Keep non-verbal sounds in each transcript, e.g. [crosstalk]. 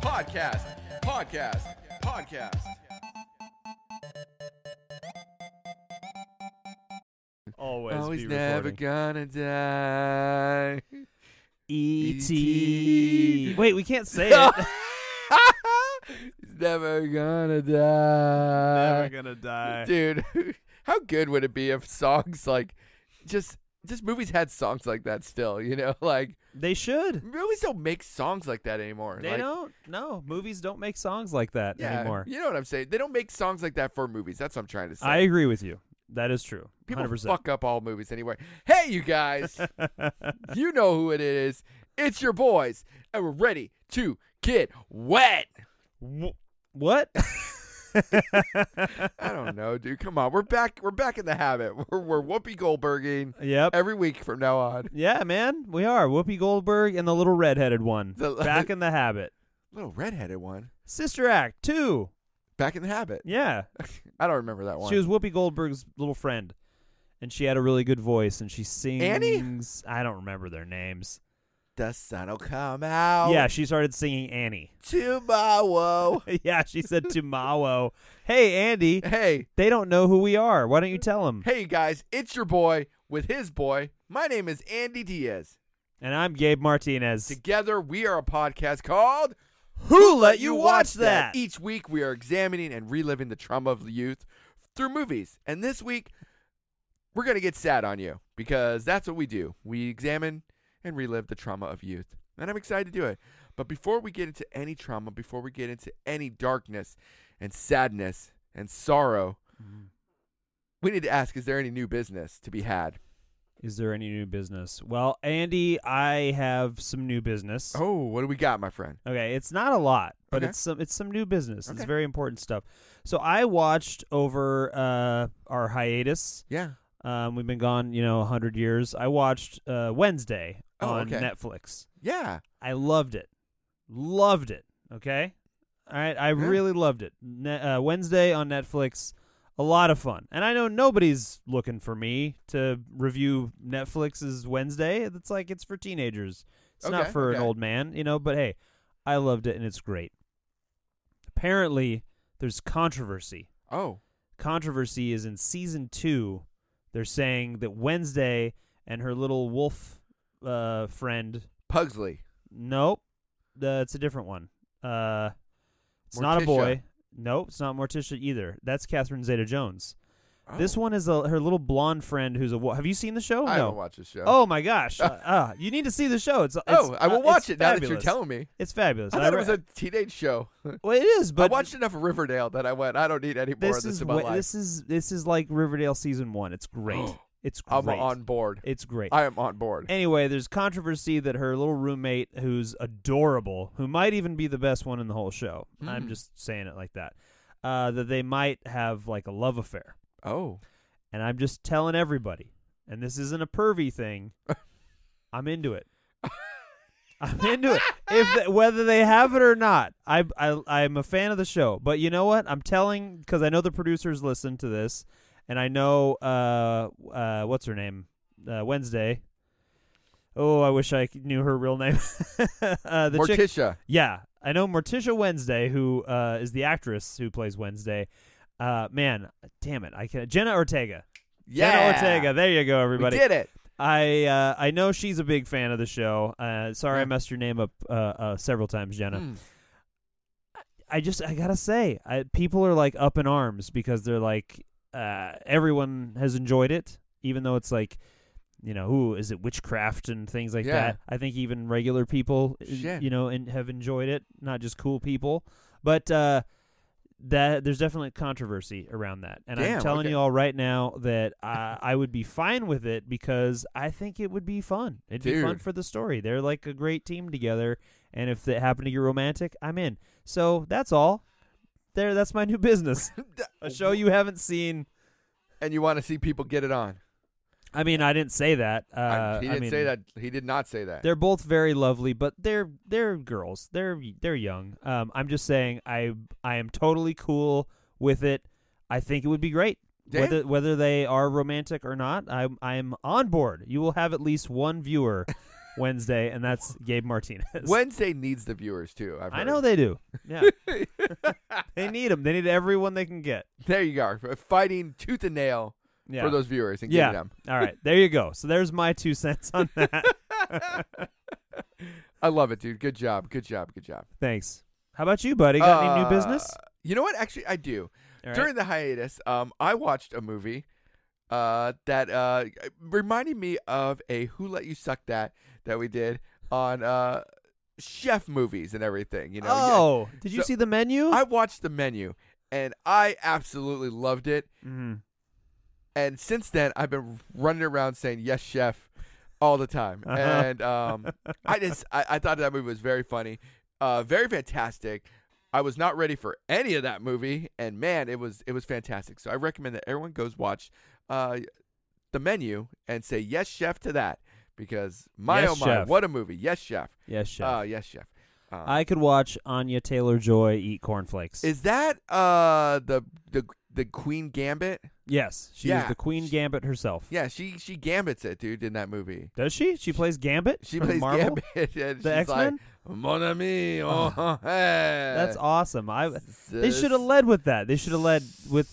podcast, podcast, podcast. Always, be recording. gonna die. E.T. E.T.. E [laughs] Wait, we can't say it. [laughs] [laughs] He's never gonna die. Never gonna die. Dude, [laughs] how good would it be if songs like just just movies had songs like that still, you know? [laughs] Like They should. movies don't make songs like that anymore. They like, don't. No, movies don't make songs like that yeah, anymore. You know what I'm saying? They don't make songs like that for movies. That's what I'm trying to say. I agree with you. That is true. People 100%. fuck up all movies anyway. Hey, you [laughs] guys, you know who it is. It's your boys, and we're ready to get wet. Wh- what? [laughs] I don't know, dude. Come on, we're back. We're back in the habit. We're, we're Whoopi Goldberging yep. every week from now on. Yeah, man, we are Whoopi Goldberg and the little redheaded one. The- Back in the habit. Little redheaded one. Sister Act two. Back in the habit. Yeah, [laughs] I don't remember that one. she was Whoopi Goldberg's little friend, and she had a really good voice, and she sings. Annie? I don't remember their names. the sun'll come out. Yeah, she started singing Annie. [laughs] [laughs] Tomorrow. yeah, she said tomorrow. hey, Andy, hey, they don't know who we are. Why don't you tell them? hey, you guys. It's your boy with his boy. My name is Andy Diaz. And I'm Gabe Martinez. Together, we are a podcast called Who let E- Each week, we are examining and reliving the trauma of youth through movies. And this week, we're going to get sad on you because that's what we do. We examine and relive the trauma of youth. And I'm excited to do it. But before we get into any trauma, before we get into any darkness and sadness and sorrow, Mm-hmm. we need to ask is there any new business to be had? Is there any new business? Well, Andy, I have some new business. Oh, what do we got, my friend? Okay, it's not a lot, but Okay. it's some it's some new business. Okay. It's very important stuff. So I watched over uh, our hiatus. Yeah. Um, we've been gone, you know, hundred years. I watched uh, Wednesday Oh, on okay. Netflix. Yeah. I loved it, loved it. Okay, all right, I Yeah. really loved it. Ne- uh, Wednesday on Netflix, a lot of fun. And I know nobody's looking for me to review Netflix's Wednesday. It's like it's for teenagers. It's not Okay, for an okay. old man, you know. But hey, I loved it and it's great. Apparently, there's controversy Oh. controversy is in season two. They're saying that Wednesday and her little wolf uh, friend. Pugsley. Nope, uh, it's a different one. Uh, it's not Morticia. a boy. Nope, it's not Morticia either. That's Catherine Zeta-Jones. This one is a, her little blonde friend who's a. wo- Have you seen the show? Oh. I no. don't watch this show. Oh [laughs] my gosh! uh, uh, you need to see the show. It's, it's oh, I will uh, watch it's it now that you're fabulous. telling me. It's fabulous. I thought it re- was a teenage show. well, it is, I but watched enough of Riverdale that I went, I don't need any more this of this is in my wh- life. this is this is like Riverdale season one. [gasps] It's great. it's great. I'm on board. It's great. I am on board. Anyway, there's controversy that her little roommate, who's adorable, who might even be the best one in the whole show. I'm Hmm. just saying it like that. Uh, that they might have like a love affair, oh. and I'm just telling everybody. And this isn't a [laughs] pervy thing. I'm into it. I'm into it. If th- whether they have it or not, I, I I'm a fan of the show. But you know what? I'm telling because I know the producers listen to this, and I know uh uh what's her name uh, Wednesday. Oh, I wish I c- knew her real name. [laughs] uh, the chick, Morticia. yeah, I know Morticia Wednesday, who uh, is the actress who plays Wednesday. Uh, man, damn it, I can't. Jenna Ortega. yeah. Jenna Ortega. There you go, everybody. We did it. I uh, I know she's a big fan of the show. Uh, sorry, I Yeah. messed your name up uh, uh, several times, Jenna. Mm. I just I gotta say, I, people are like up in arms because they're like uh, everyone has enjoyed it, even though it's like you know who is it witchcraft and things like Yeah. that. I think even regular people, uh, Shit. you know, and have enjoyed it, not just cool people. But uh, that there's definitely controversy around that, and I'm Damn, telling okay. you all right now that uh, I would be fine with it because I think it would be fun. It'd be fun Dude. for the story. They're like a great team together, and if it happened to get romantic, I'm in. So that's all. There, that's my new business. A show you haven't seen. And you want to see people get it on. I mean, I didn't say that. Uh, I- he I didn't mean, say that. He did not say that. They're both very lovely, but they're they're girls. They're they're young. Um, I'm just saying, I I am totally cool with it. I think it would be great. Damn. [laughs] Whether whether they are romantic or not, I'm I'm on board. You will have at least one viewer Wednesday, and that's Gabe Martinez. Wednesday needs the viewers too. I've I heard. know they do. [laughs] Yeah, they need them. They need everyone they can get. there you go. Fighting tooth and nail Yeah. for those viewers and yeah. giving them. All right. There you go. So there's my two cents [laughs] on that. I love it, dude. Good job. Good job. Good job. Thanks. How about you, buddy? Got any new Uh, business? You know what? Actually, I do. All right. During the hiatus, um, I watched a movie uh, that uh, reminded me of a Who Let You Suck That that we did on uh, chef movies and everything. You know, Yeah. oh, did you So- see the menu? I watched the menu and I absolutely loved it. Mhm. And since then, I've been running around saying "Yes, chef" all the time. Uh-huh. And [laughs] um, I just I, I thought that movie was very funny, uh, very fantastic. I was not ready for any of that movie, and man, it was it was fantastic. So I recommend that everyone goes watch uh, the menu and say "Yes, chef" to that because my Yes, oh my, Chef. what a movie! Yes, chef. Yes, chef. Uh, yes, chef. Um, I could watch Anya Taylor Joy eat cornflakes. is that uh, the the the Queen Gambit? yes, she Yeah. is the Queen She- Gambit herself. Yeah, she she gambits it, dude, in that movie. Does she? She plays Gambit. She from plays Marvel? Gambit. [laughs] And The she's X Men. Like, Mon ami. Oh, [laughs] hey. That's That's awesome. I they should have led with that. They should have led with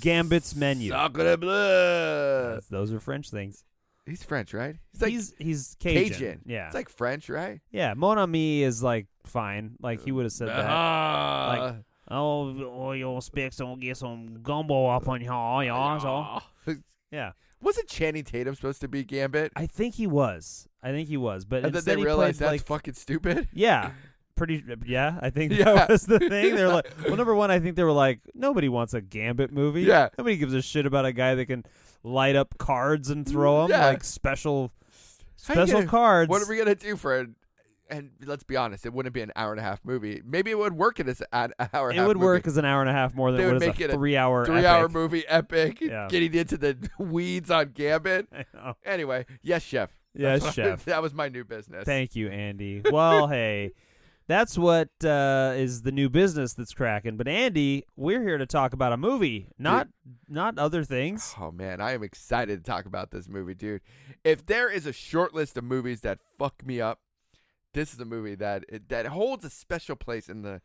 Gambit's menu. Sacre bleu. That's- Those are French things. He's French, right? He's like he's he's Cajun. Cajun. Yeah, It's like French, right? yeah. Mon ami is like fine. Like he would have said that. Ah. Oh, oh, you specs don't get some gumbo up on y'all, y'all. [laughs] so- Yeah, Wasn't Channing Tatum supposed to be Gambit? I think he was. I think he was. But And then instead they he realized played, that's like, fucking stupid. [laughs] Yeah. Pretty uh, yeah, I [laughs] think Yeah. that was the thing. They're like well number one, I think they were like, nobody wants a gambit movie. Yeah. Nobody gives a shit about a guy that can light up cards and throw them Mm, Yeah. like special How you special gonna- cards. What are we gonna do for an? And let's be honest, it wouldn't be an hour and a half movie. Maybe it would work in this an hour. And a it half would movie. work as an hour and a half more than They what would is make it a a three hour Three hour movie epic. Yeah. Getting into the [laughs] weeds on Gambit. [laughs] movie. Anyway, yes, chef. That's Yes, what I- [laughs] chef. that was my new business. Thank you, Andy. [laughs] Well, hey. That's what uh, is the new business that's cracking. But Andy, we're here to talk about a movie, not not other things. Oh man, I am excited to talk about this movie, dude. If there is a short list of movies that fuck me up, this is a movie that that holds a special place in the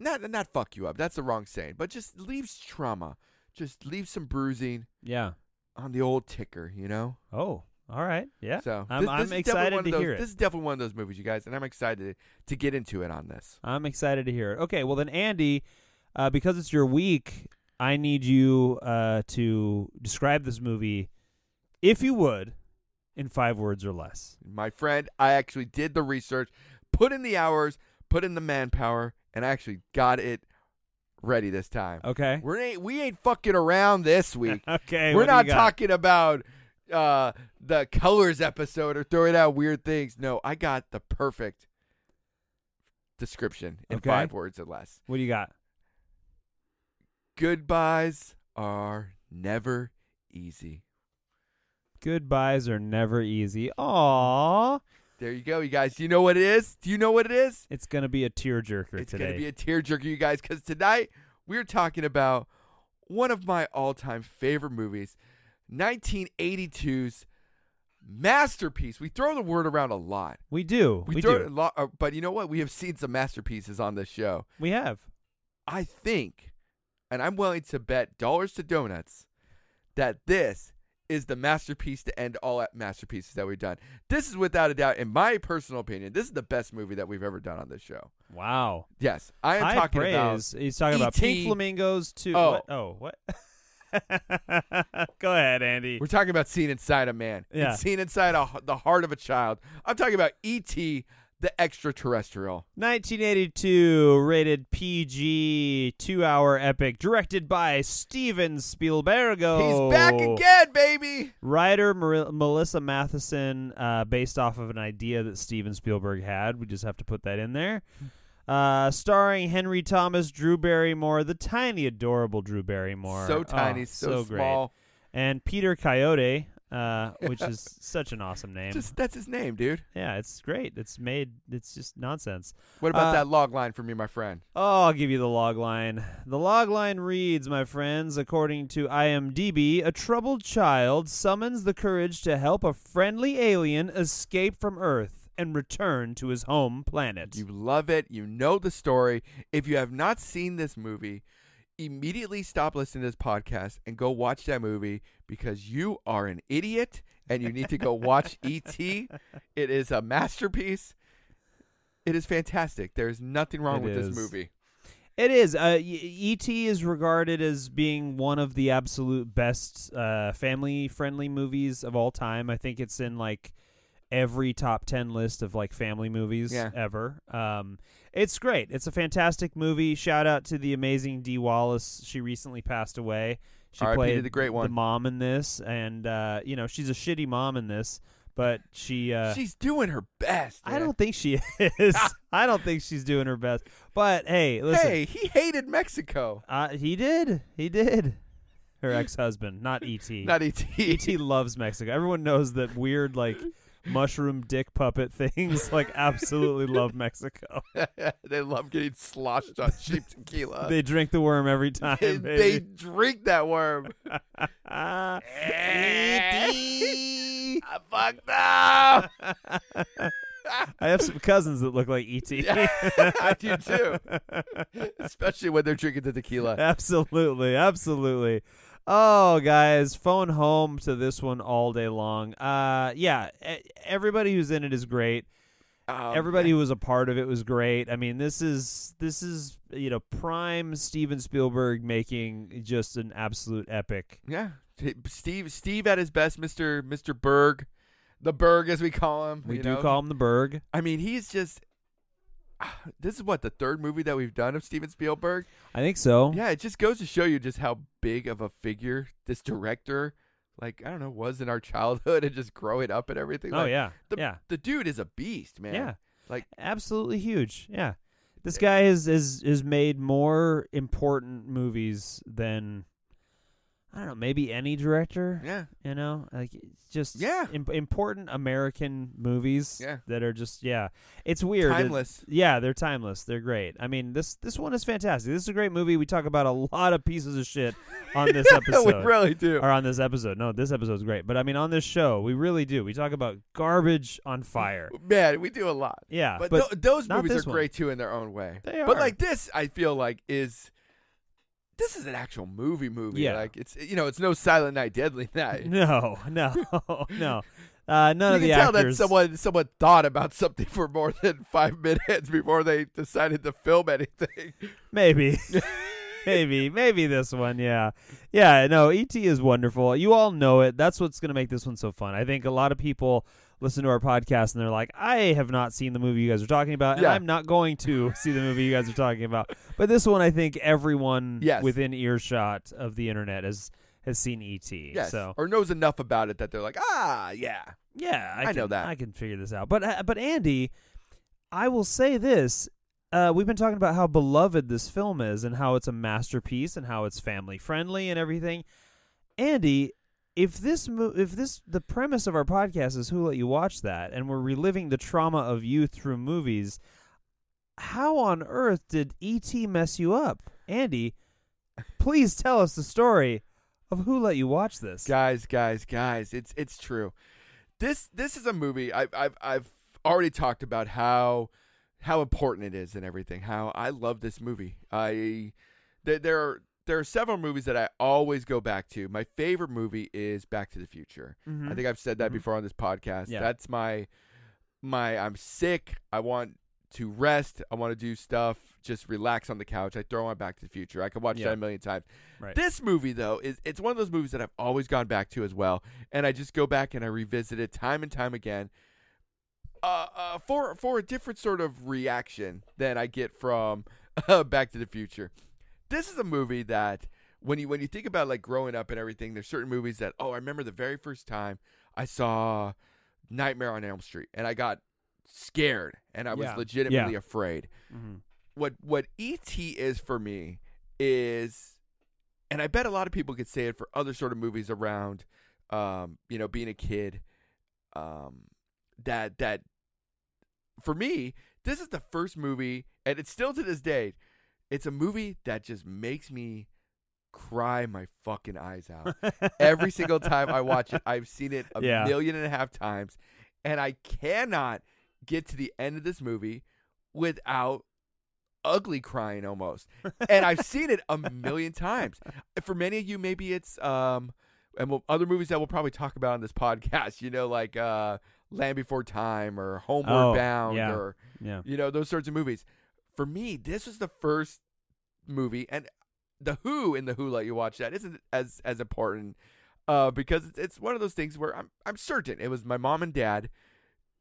not not fuck you up. That's the wrong saying, but just leaves trauma, just leaves some bruising Yeah. on the old ticker, you know. Oh, all right. Yeah. So I'm- this, I'm this is definitely excited one of to those- hear it. This is definitely one of those movies, you guys, and I'm excited to get into it on this. I'm excited to hear it. Okay, well then, Andy, uh, because it's your week, I need you uh, to describe this movie, if you would, in five words or less. My friend, I actually did the research, put in the hours, put in the manpower, and I actually got it ready this time. Okay. We ain't we ain't fucking around [laughs] this week. okay. We're what do you not got? talking about uh the colors episode or throwing out weird things. No, I got the perfect description in Okay. five words or less. What do you got? Goodbyes are never easy. Goodbyes are never easy. Aw, There you go, you guys. Do you know what it is? Do you know what it is? it's gonna be a tearjerker It's today. going to be a tearjerker, you guys, because tonight we're talking about one of my all time favorite movies, 1982's masterpiece. We throw the word around a lot. we do. We, Oh, We, throw do. it a lot, uh, but you know what? We have seen some masterpieces on this show. We have. I think, and I'm willing to bet dollars to donuts, that this is the masterpiece to end all masterpieces that we've done. This is without a doubt, in my personal opinion, this is the best movie that we've ever done on this show. Wow. Yes, I am High talking praise. about He's talking about E.T.. pink flamingos too. Oh. What? Oh, what? [laughs] Go ahead, Andy. We're talking about seen inside a man. Yeah. And seen inside a, the heart of a child. I'm talking about E.T., the extraterrestrial. 1982 rated PG 2 hour epic directed by Steven Spielberg. He's back Oh. again, baby. Writer Mar- Melissa Matheson uh, based off of an idea that Steven Spielberg had. We just have to put that in there. Uh, starring Henry Thomas, Drew Barrymore, the tiny adorable Drew Barrymore. So Oh, tiny, so, great. small. And Peter Coyote uh, which is [laughs] such an awesome name. Just that's his name, dude. yeah, it's great. It's made. It's just nonsense. What about Uh, that log line for me, my friend? Oh, I'll give you the log line. The log line reads, my friends, according to IMDb, a troubled child summons the courage to help a friendly alien escape from Earth and return to his home planet. You love it. You know the story. If you have not seen this movie, immediately stop listening to this podcast and go watch that movie because you are an idiot and you need to go [laughs] watch E.T. It is a masterpiece. It is fantastic. There is nothing wrong It with is. this movie. It is. Uh, y- E.T. is regarded as being one of the absolute best uh, family friendly movies of all time. I think it's in like every top 10 list of like family movies Yeah. ever. Um, it's great. It's a fantastic movie. Shout out to the amazing Dee Wallace. She recently passed away. She R.I.P. to played the great the one. mom in this, and uh, you know she's a shitty mom in this, but she uh, She's doing her best. I man. don't think she [laughs] [laughs] is. I don't think she's doing her best. But hey, listen, Hey, he hated Mexico, uh, he did. He did. Her ex-husband, not E [laughs] E.T. not E E.T. E.T. loves Mexico. Everyone knows that [laughs] weird, like, mushroom dick puppet things, like, absolutely love Mexico. they love getting sloshed [laughs] on cheap tequila. E They drink the worm every time. Uh, they, they baby. drink that [laughs] worm. Ah. Eh. E E.T. I fucked up. I have some cousins that look like E [laughs] [laughs] E.T. I do too. [laughs] Especially when they're drinking the [laughs] tequila. absolutely, absolutely. Oh, guys, phone home to this one all day long. Uh, yeah, e- everybody who's in it is great. Um, Everybody who was a part of it was great. I mean, this is this is you know prime Steven Spielberg making just an absolute epic. Yeah. T- Steve Steve at his best, Mr. Mr. Berg. The Berg as we call him. We you do know? call him the Berg. I mean, he's just ah, this is what the third movie that we've done of Steven Spielberg. I think so. Yeah, it just goes to show you just how big of a figure this director, like I don't know, was in our childhood and just growing up and everything. Oh Like, yeah. the, yeah. the dude is a beast, man. Yeah. like- absolutely huge. Yeah. This guy has is has made more important movies than I don't know, maybe any director, yeah, you know? Like it's just Yeah. im- important American movies Yeah. that are just yeah. It's weird. It- timeless. yeah, they're timeless. They're great. I mean, this this one is fantastic. This is a great movie. We talk about a lot of pieces of shit on this [laughs] episode we really do. or on this episode. No, this episode's great. But I mean, on this show, we really do. We talk about garbage on fire. Man, we do a lot. Yeah, But, tho- those not movies this are one. great too in their own way. They But are. like this, I feel like is this is an actual movie movie. Yeah. Like it's you know it's no Silent Night Deadly [laughs] Night. [laughs] no, no, [laughs] [laughs] no. Uh, none you can of the tell actors. that someone someone thought about something [laughs] for more than five [laughs] minutes before they decided to film anything. [laughs] Maybe, [laughs] maybe, maybe this one. Yeah, yeah. No, ET is wonderful. You all know it. That's what's going to make this one so fun. I think a lot of people listen to our podcast and they're like, I have not seen the movie you guys are talking about, and Yeah. I'm not going to [laughs] see the movie you guys are talking about. But this one, I think everyone Yes. within earshot of the internet has has seen ET. yes, So or knows enough about it that they're like, ah, yeah, Yeah, I, I can, know that. I can figure this out. But uh, but Andy, I will say this: uh, we've been talking about how beloved this film is, and how it's a masterpiece, and how it's family friendly, and everything. Andy, if this mo- if this the premise of our podcast is who let you watch that, and we're reliving the trauma of youth through movies, how on earth did ET mess you up, Andy? Please tell us the story of who let you watch this. guys, guys, guys. It's it's true. This this is a movie. I've I've I've already talked about how how important it is and everything. How I love this movie. I there there are there are several movies that I always go back to. My favorite movie is Back to the Future. Mhm. I think I've said that Mhm. before on this podcast. Yeah. That's my my I'm sick. I want to rest. I want to do stuff. Just relax on the couch. I throw on Back to the Future. I could watch Yeah. that a million times. Right. This movie though is it's one of those movies that I've always gone back to as well, and I just go back and I revisit it time and time again. Uh, uh, for for a different sort of reaction than I get from uh, [laughs] Back to the Future. This is a movie that when you when you think about like growing up and everything, there's certain movies that oh I remember the very first time I saw Nightmare on Elm Street and I got scared and I was Yeah. legitimately afraid. Mhm. What what ET is for me is, and I bet a lot of people could say it for other sort of movies around um, you know, being a kid, um, that that for me, this is the first movie, and it's still to this day, it's a movie that just makes me cry my fucking eyes out every single time I watch it. I've seen it a Yeah. million and a half times, and I cannot get to the end of this movie without ugly crying [laughs] almost. And I've seen it a million times. For many of you, maybe it's um, and we'll, other movies that we'll probably talk about on this [laughs] podcast. You know, like uh, Land Before Time or Homeward Oh, Bound yeah. or yeah. you know those sorts of movies. For me, this was the first movie, and the Who in the Who Let You Watch That isn't as as important uh, because it's, it's one of those things where I'm I'm certain it was my mom and dad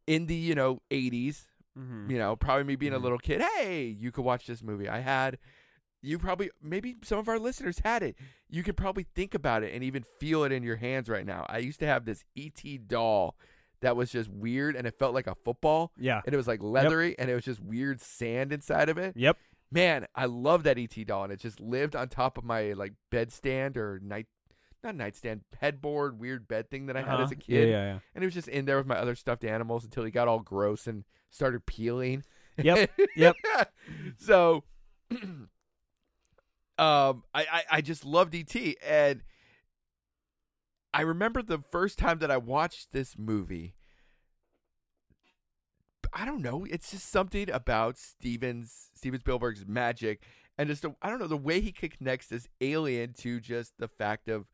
in the you know 80s Mm-hmm. you know, probably me being Mhm. a little kid, hey, you could watch this movie. I had you probably maybe some of our listeners had it. You could probably think about it and even feel it in your hands right now. I used to have this ET doll that was just weird and it felt like a football Yeah. and it was like leathery and it was just weird sand inside of it. Yep. Man, I love that ET doll and it just lived on top of my like bedstand or night not nightstand, headboard, weird bed thing that I had Uh-huh. as a kid. Yeah, yeah, And it was just in there with my other stuffed animals until he got all gross and started peeling. yeah. [laughs] Yep. Yep. so [clears throat] um I, I I just loved DT and I remember the first time that I watched this movie. I don't know. It's just something about Steven's Steven Spielberg's magic and just the, I don't know the way he connects this alien to just the fact of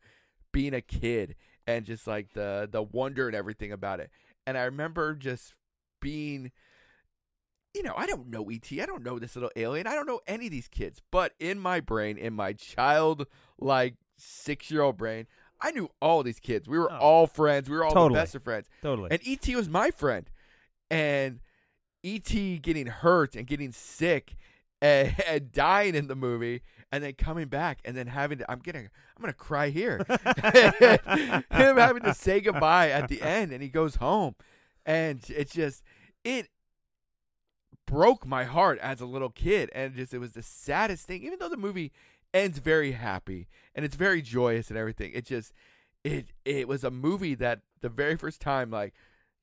being a kid and just like the the wonder and everything about it. And I remember just being you know, I don't know ET. I don't know this little alien. I don't know any of these kids. But in my brain, in my child like 6-year-old brain, I knew all these kids. We were Oh. all friends. We were all Totally. the best of friends. Totally. [laughs] And ET was my friend. And ET getting hurt and getting sick and, [laughs] and dying in the movie and then coming back and then having to I'm getting I'm going to cry here. [laughs] Him having to say goodbye at the end and he goes home and it's just it broke my heart as a little kid and just it was the saddest thing even though the movie ends very happy and it's very joyous and everything it just it it was a movie that the very first time like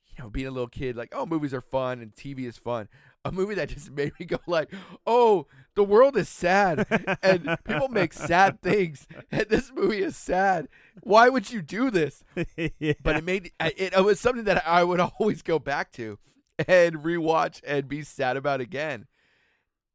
you know being a little kid like oh movies are fun and tv is fun a movie that just [laughs] made me go like oh the world is sad and people make sad things and this movie is sad why would you do this [laughs] Yeah. but it made I- it, it was something that I would [laughs] always go back to and rewatch and be sad about again.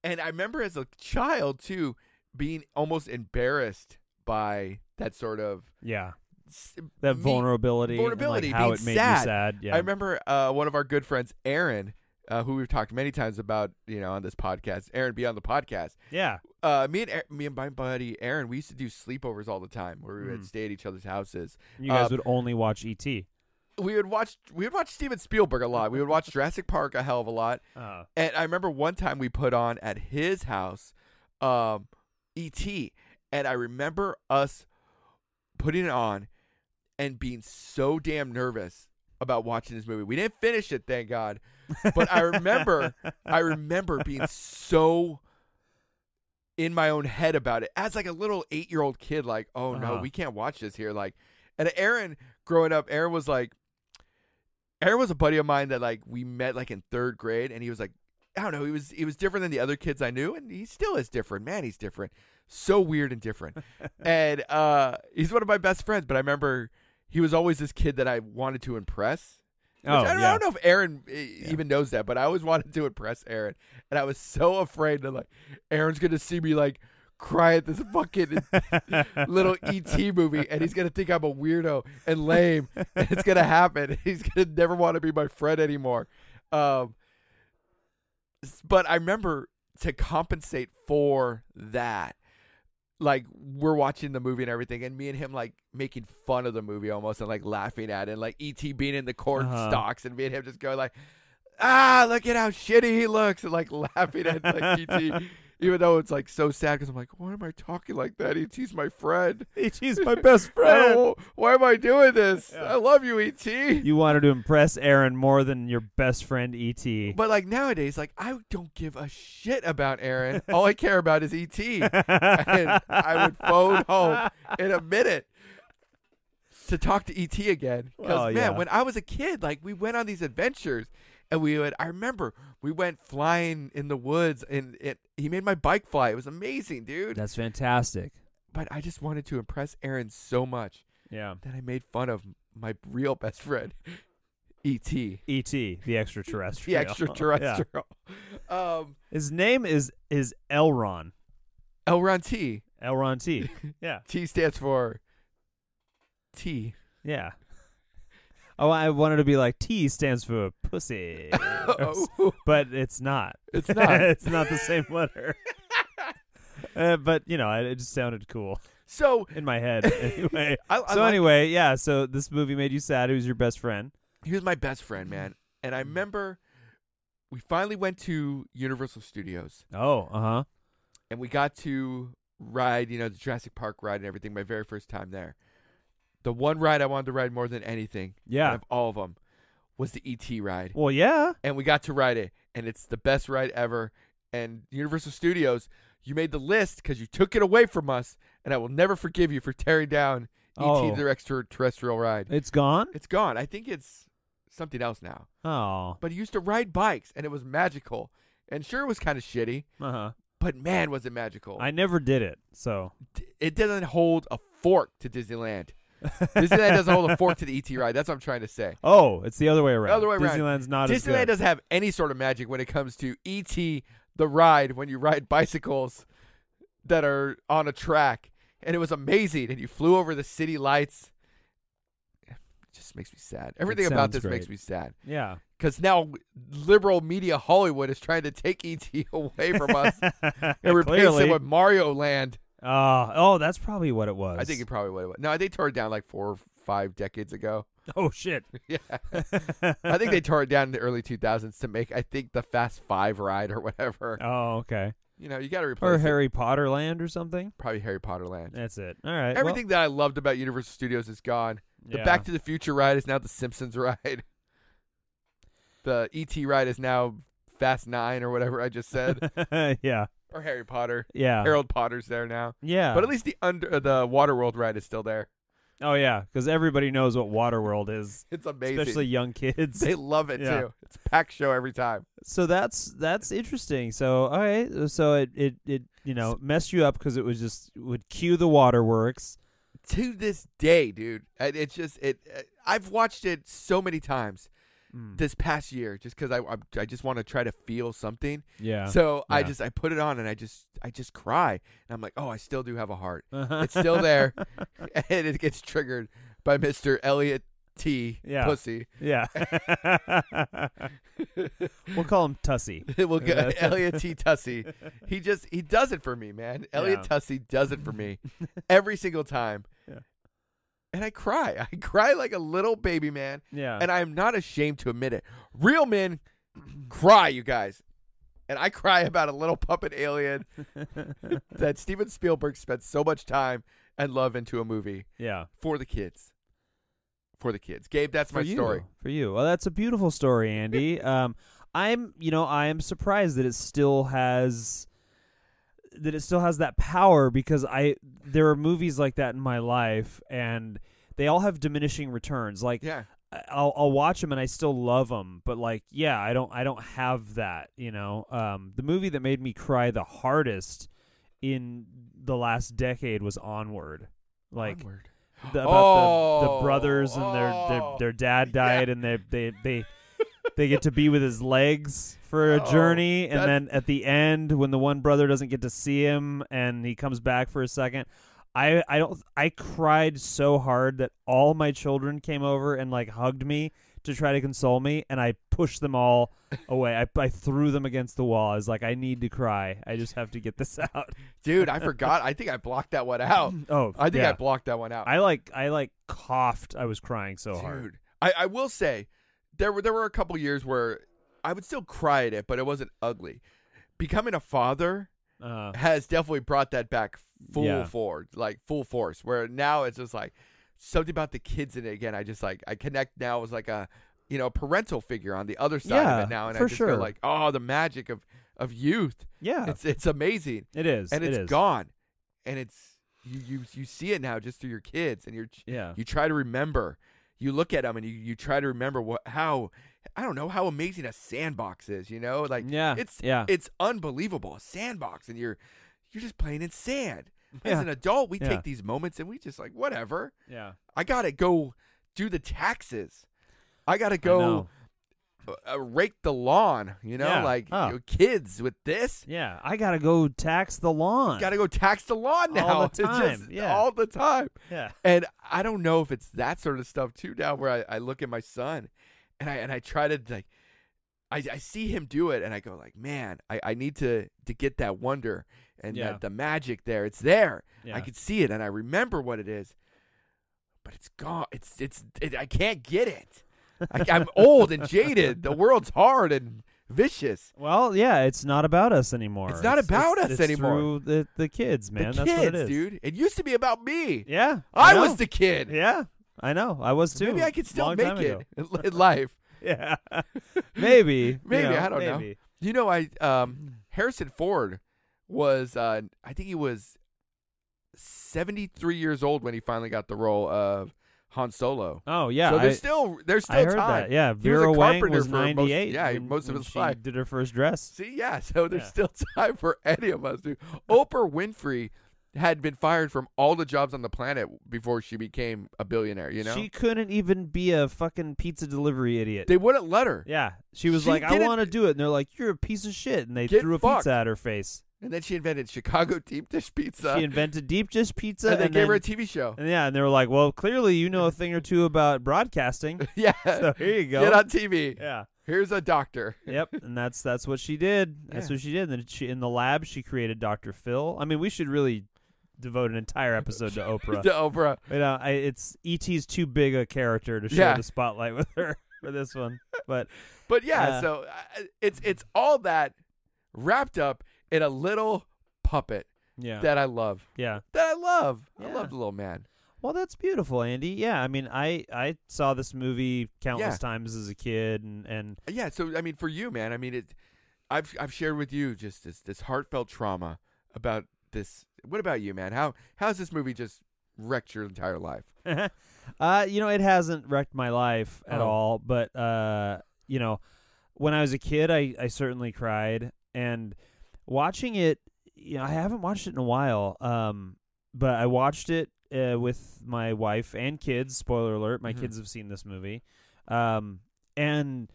And I remember as a child too being almost embarrassed by that sort of yeah. s- That me- vulnerability, and, like, vulnerability, how being it made sad. you sad. Yeah. I remember uh, one of our good friends, Aaron, uh, who we've talked many times about, you know, on this podcast. Aaron, be on the podcast. yeah. Uh, me and Aaron, me and my buddy Aaron, we used to do sleepovers all the time, where we Mm. would stay at each other's houses, You guys uh, would only watch E ET. we would watch we would watch Steven Spielberg a lot. We would watch Jurassic Park a hell of a lot. Uh, And I remember one time we put on at his house um E.T. and I remember us putting it on and being so damn nervous about watching this movie. We didn't finish it, thank God. But I [laughs] remember I remember being so in my own head about it as like a little eight year old kid, like, oh no, Uh-huh. we can't watch this here. Like, and Aaron growing up, Aaron was like, Aaron was a buddy of mine that like we met like in third grade, and he was like, I don't know, he was he was different than the other kids I knew, and he still is different. Man, he's different, so weird and different. and uh, he's one of my best friends, but I remember he was always this kid that I wanted to impress. Which oh, I, don't, yeah. I don't know if Aaron uh, even knows that, but I always wanted to impress Aaron, and I was so afraid that like Aaron's gonna see me like cry at this fucking [laughs] little ET movie, and he's gonna think I'm a weirdo and lame, and it's gonna happen. [laughs] He's gonna never want to be my friend anymore. Um, s- but I remember to compensate for that. Like we're watching the movie and everything, and me and him like making fun of the movie almost, and like laughing at it, and like ET being in the corn Uh-huh. stalks, and me and him just going like, "Ah, look at how shitty he looks," and like [laughs] laughing at like E ET, even though it's like so sad because I'm like, "Why am I talking like that? ET's my friend. ET's E [laughs] my best I friend. don't- why am I doing this? Yeah. I love you, E ET." You wanted to impress Aaron more than your best friend E [laughs] ET. But like nowadays, like I don't give a shit about Aaron. All I care about is E ET. [laughs] and I would phone home in a minute. to talk to ET again. Because Well, man, yeah. when I was a kid, like we went on these adventures, and we would. I remember we went flying in the woods, and it, he made my bike fly. It was amazing, dude. [laughs] That's fantastic. but I just wanted to impress Aaron so much Yeah. that I made fun of my real best friend, [laughs] E ET, the E.T. E the extraterrestrial. Yeah. extraterrestrial. [laughs] Um, His name is is Elron. Elron T. Elron [laughs] T. Yeah. T stands for T. [laughs] Yeah. Oh, I wanted to be like T stands for pussy, [laughs] Oh, but it's not. it's not. [laughs] it's not the same [laughs] letter. Uh, but you know, it, it just sounded cool So in [laughs] my head. Anyway. I, I so like- anyway, yeah. So this movie made you sad. Who's your best friend? he was my best friend, man. And I remember we finally went to Universal Studios Oh, uh huh. and we got to ride, you know, the Jurassic Park ride and everything. My very first time there, the one ride I wanted to ride more than anything out Yeah. of all of them was the ET ride, Well, yeah. and we got to ride it, and it's the best ride ever. And Universal Studios, you made the list because you took it away from us, and I will never forgive you for tearing down Oh. ET the extraterrestrial ride. It's gone. It's gone. I think it's something else now. Oh. but he used to ride bikes and it was magical. And sure, it was kind of shitty, Uh huh. but man, was it magical. I never did it. So D- it doesn't hold a fork to Disneyland. Disneyland doesn't hold a fork to the ET ride. That's what I'm trying to say. [laughs] Oh, it's the other way around. Other way around. Disneyland's not as Disneyland good. doesn't have any sort of magic when it comes to ET the ride when you ride [laughs] bicycles that are on a track. And it was amazing. And you flew over the city lights. It just makes me sad. Everything about sounds this great. makes me sad. yeah. Because now liberal media Hollywood is trying to take ET [laughs] away [laughs] from us. and replaced Clearly. it with Mario Land. Ah, oh, that's probably what it was. I think it probably would have. No, they tore it down like four or five decades ago. [laughs] [laughs] Oh shit. [laughs] Yeah. I think they tore it down in the early 2000s to make, I think, the Fast Five ride or whatever. Oh, okay. You know, you got to replace Or it. Harry Potter Land or something. probably Harry Potter Land. That's it. All right. well, Everything that I loved about Universal Studios is gone. The yeah. [laughs] Back to the Future ride is now the Simpsons [laughs] ride. The E.T. ride is now Fast Nine or whatever I just [laughs] said. yeah. or Harry Potter. Yeah. Harold Potter's there now. yeah. But at least the under uh, the Waterworld ride is still there. oh yeah, because everybody knows what Waterworld is, It's amazing. especially young kids. [laughs] They love it Yeah. too. It's a packed show every time. [laughs] so that's that's interesting. So all right, so it it, it you know messed you up because it was just it would cue the waterworks. To this day, dude, and it's just it. uh, I've watched it so many times Mm. this past year, just because I I'm- I just want to try to feel something. Yeah. so I yeah. just I put it on and I just I just cry and I'm like, oh, I still do have a heart. [laughs] It's still there, [laughs] and it gets triggered by Mister Elliot T. Yeah. Pussy. [laughs] Yeah. [laughs] we'll call him Tussie. we'll go, Yeah. [laughs] Elliot T. Tussie. He just he does it for me, [laughs] man. Elliot Yeah. Tussey does it for [laughs] me every single time. Yeah. And I cry. I cry like a little baby man, Yeah. and I am not ashamed to admit it. Real men [clears throat] cry, you guys. And I cry about a little puppet alien that Steven Spielberg spent so much time and love into a movie [laughs] yeah. for the kids. For the kids. Gabe, that's my For you. story. For you. Well, that's a beautiful story, [laughs] Andy. um, I'm, you know, I am surprised that it still has that it still has that power because I there are movies like that in my life and they all have diminishing returns. Like Yeah. I- I'll I'll watch them and I still love them, but like yeah, I don't I don't have that, you know. Um, the movie that made me cry the hardest in the last decade was Onward. Like Onward. the, about the, Oh, the brothers and their, oh, their their dad yeah. died and they they they they get to be with his legs for [laughs] a Oh, journey and that's- then at the end when the one brother doesn't get to see him and he comes back for a second I I don't I cried so hard that all my children came over and like hugged me to try to console me and I pushed them all away I I threw them against the wall I was like I need to cry I just have to get this [laughs] out Dude, I forgot. I think I blocked that one out. oh I think yeah. I blocked that one out. I like I like coughed. I was crying so hard. Dude, I, I will say there were there were a couple years where I would still cry at it, but it wasn't ugly. Becoming a father Uh, has definitely brought that back full Yeah. forward, like full force. Where now it's just like something about the kids in it again. I just like I connect now as like a you know a parental figure on the other side of Yeah, it now, and I for just sure. feel like oh the magic of of youth. yeah, It's it's amazing, it is. and it it's is. gone, and it's you you you see it now just through your kids and your ch- Yeah. you try to remember. You look at them and you, you try to remember what how I don't know how amazing a sandbox is. You know, like yeah. it's yeah. it's unbelievable a sandbox and you're you're just playing in [laughs] sand. As Yeah. an adult, we Yeah. take these moments and we just like whatever. yeah. I gotta go do the taxes. I gotta I go know. uh, uh, rake the lawn. You know, Yeah. like Oh. you know, kids with this. Yeah. I gotta go tax the lawn. Got to go tax the lawn now. [laughs] All the It's just time, yeah. all the time. yeah. And I don't know if it's that sort of stuff too now, where I, I look at my son, and I and I try to like, I, I see him do it, and I go like, man, I, I need to to get that wonder and Yeah. that, the magic there. It's there. Yeah. I could see it, and I remember what it is, but it's gone. It's it's it, I can't get it. I, I'm old and jaded. [laughs] The world's hard and vicious. well, yeah, it's not about us anymore. It's not about us it's anymore. Through the, the kids, man. the That's kids, what it is. dude. It used to be about me. Yeah. I know. was the kid. Yeah. I know. I was too. Maybe I could still Long make time it ago. in in life. [laughs] [laughs] Yeah. maybe. you Maybe, know, I don't know. maybe. You know, I Mm. um, Harrison Ford was uh, I think he was seventy three years old when he finally got the role of Han Solo. Oh yeah. so I- there's still there's still I heard time. that. Yeah, He was a Vera Wang carpenter was for most- 98. yeah, when- most of when his she life. did her first dress. See, yeah, so there's Yeah. still [laughs] time for any of us. Dude. Oprah Winfrey had been fired from all the jobs on the planet before she became a billionaire. You know, she couldn't even be a fucking pizza delivery idiot. they wouldn't let her, yeah, she was She like, "I didn't- want to do it," and they're like, "You're a piece of shit," and they Get threw a fucked. pizza at her face. and then she invented Chicago deep dish pizza. she invented deep dish pizza, and they gave then- her a TV show. and yeah, and they were like, "Well, clearly you know a thing or two about broadcasting, [laughs] [laughs] Yeah. so here you go." Get on TV. yeah, Here's a doctor. [laughs] yep, and that's that's what she did. That's Yeah. what she did. And then she in the lab she created Dr. Phil. I mean, we should really devote an entire [laughs] episode to Oprah. The Oprah. You know, I, it's E.T.'s too big a character to share Yeah. the spotlight [laughs] with her for this one. But But yeah, Uh, so uh, it's it's all that wrapped up in a little puppet yeah, that I love. yeah. That I love. I Yeah. love the little man. Well, that's beautiful, Andy. Yeah, I mean, I I saw this movie countless Yeah. times as a kid, and and Yeah, so I mean for you, man, I mean it I've I've shared with you just this this heartfelt trauma about this what about you, man? How how's this movie just wrecked your entire life? [laughs] uh, you know, it hasn't wrecked my life at Oh. all. But uh, you know, when I was a kid, I I certainly cried, and watching it, you know, I haven't watched it in a while. Um, but I watched it uh, with my wife and kids. Spoiler alert: my Mhm. kids have seen this movie, um, and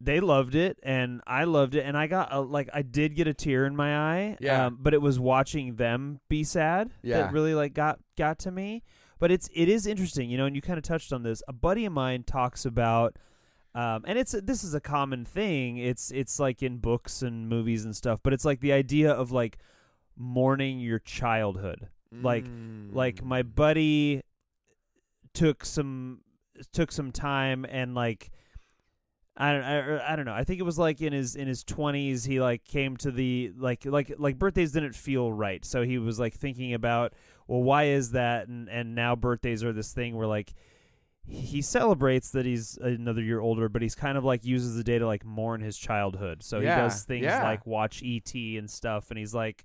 they loved it, and I loved it, and I got a, like I did get a tear in my eye. Yeah. um, but it was watching them be sad Yeah. that really like got got to me. But it's it is interesting, you know, and you kind of touched on this. A buddy of mine talks about um, and it's this is a common thing. It's it's like in books and movies and stuff, but it's like the idea of like mourning your childhood. Like- Hmm. Like my buddy took some took some time and like I don't I, I don't know. I think it was like in his in his 20s he like came to the like like like birthdays didn't feel right. So he was like thinking about well why is that and and now birthdays are this thing where like he celebrates that he's another year older, but he's kind of like uses the day to like mourn his childhood. So Yeah, he does things yeah. like watch ET and stuff, and he's like,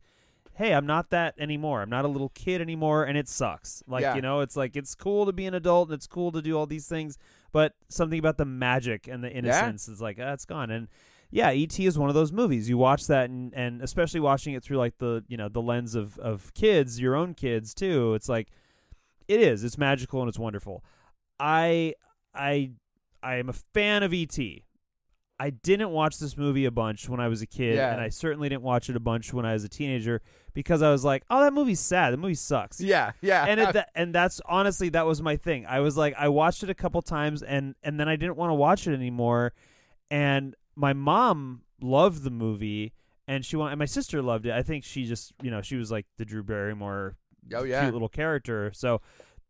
"Hey, I'm not that anymore. I'm not a little kid anymore, and it sucks. Like Yeah. you know, it's like it's cool to be an adult and it's cool to do all these things, but something about the magic and the innocence is like ah, it's gone. And yeah, ET is one of those movies. You watch that, and and especially watching it through like the you know the lens of of kids, your own kids too. It's like it is. It's magical and it's wonderful. I I I am a fan of ET. I didn't watch this movie a bunch when I was a kid, Yeah. and I certainly didn't watch it a bunch when I was a teenager because I was like, "Oh, that movie's sad. The movie sucks." Yeah, yeah. Oh, And [laughs] it, that, and that's honestly that was my thing. I was like, I watched it a couple times, and and then I didn't want to watch it anymore. And my mom loved the movie, and she wanted, and my sister loved it. I think she just, you know, she was like the Drew Barrymore oh yeah. cute little character. So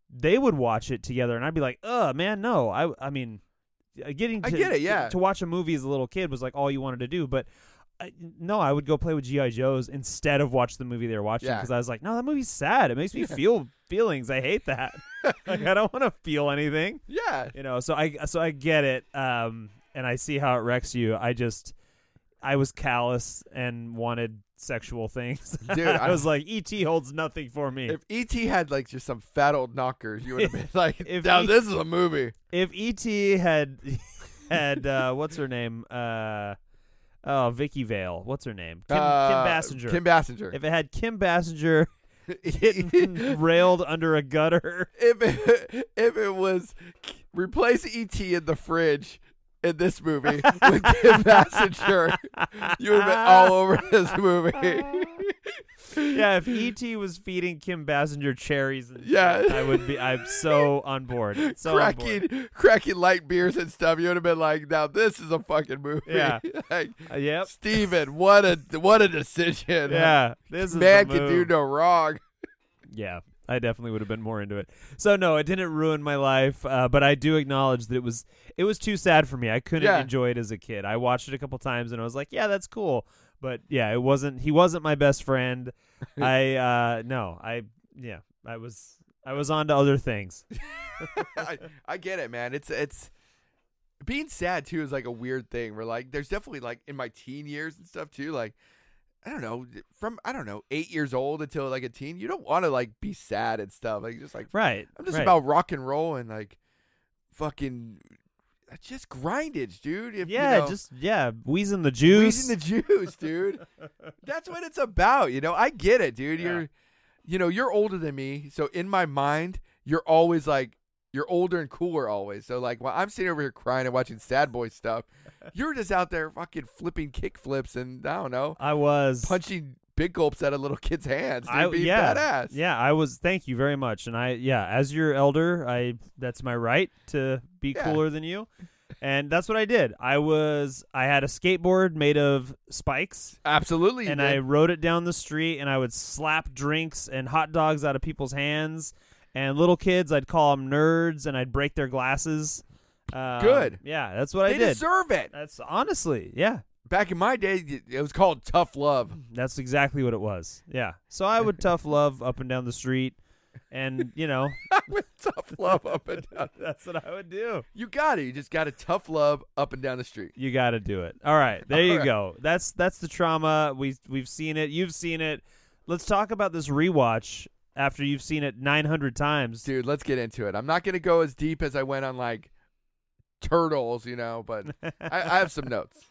they would watch it together, and I'd be like, "Oh man, no!" I I mean, uh, getting to, I get it, yeah. to watch a movie as a little kid was like all you wanted to do, but. I, no, I would go play with GI Joes instead of watch the movie they were watching Yeah. because I was like, no, that movie's sad. It makes me Yeah. feel feelings. I [laughs] hate that. like I don't want to feel anything, Yeah. you know. So I so I get it, um, and I see how it wrecks you. I just I was callous and wanted sexual things. [laughs] Dude, I I- was like, ET holds nothing for me. If ET had like just some fat old knockers, you would have [laughs] been like, If E "Now E.T. this is a movie." If, ET had [laughs] had uh, what's her name? Uh, oh, Vicky Vale. What's her name? Kim, Uh, Kim Bassinger. Kim Bassinger. if it had Kim Bassinger [laughs] [laughs] getting railed under a gutter, if it, if it was replace ET in the fridge in this movie with [laughs] Kim Bassinger, you would oh. have been all over this movie. Oh. yeah. If ET was feeding Kim Bassinger cherries, and Yeah. shit, I would be. I'm so on board. So on board. cracking, cracking light beers and stuff. You would have been like, "Now this is a fucking movie." Yeah. [laughs] like, Uh, yep. Steven, what a what a decision. Yeah. This is man the can do move. no wrong. Yeah, I definitely would have been more into it. So no, it didn't ruin my life, uh, but I do acknowledge that it was it was too sad for me. I couldn't Yeah. enjoy it as a kid. I watched it a couple times and I was like, yeah, that's cool, but yeah, it wasn't. He wasn't my [laughs] best friend. I uh, no, I yeah, I was I was on to [laughs] other things. I, I get it, man. It's it's being sad too is like a weird thing. Where like there's definitely like in my teen years and stuff too. Like I don't know from I don't know eight years old until like a teen. You don't want to like be sad and stuff. Like just like Right. I'm just right. about rock and roll and like fucking uh, just grindage, dude. If, you yeah, know, just yeah, wheezing the Juice. juice. the juice, dude. That's what it's about, you know. I get it, dude. Yeah. You're you know, you're older than me, so in my mind, you're always like you're older and cooler always. So like while I'm sitting over here crying and watching sad boy stuff, you're just out there fucking flipping kick flips and I don't know, I was punching big gulps out of little kids' hands. Dude, I being yeah badass. yeah I was thank you very much and I yeah as your elder I that's my right to be Yeah. cooler than you and that's what I did I was I had a skateboard made of spikes Absolutely. you and I did. rode it down the street and I would slap drinks and hot dogs out of people's hands and little kids I'd call them nerds and I'd break their glasses um, Good. yeah that's what they I did deserve it. that's honestly yeah Back in my day, it was called tough love. [laughs] That's exactly what it was. Yeah. So I would tough love up and down the street, and you [laughs] know tough love up and down. that's what I would do. You got it. You just got a tough love up and down the street. You got to do it. All right, there you All right. go. That's that's the trauma. We we've seen it. You've seen it. Let's talk about this rewatch after you've seen it 900 times. dude let's get into it i'm not gonna go as deep as i went on like turtles you know but [laughs] I, I have some notes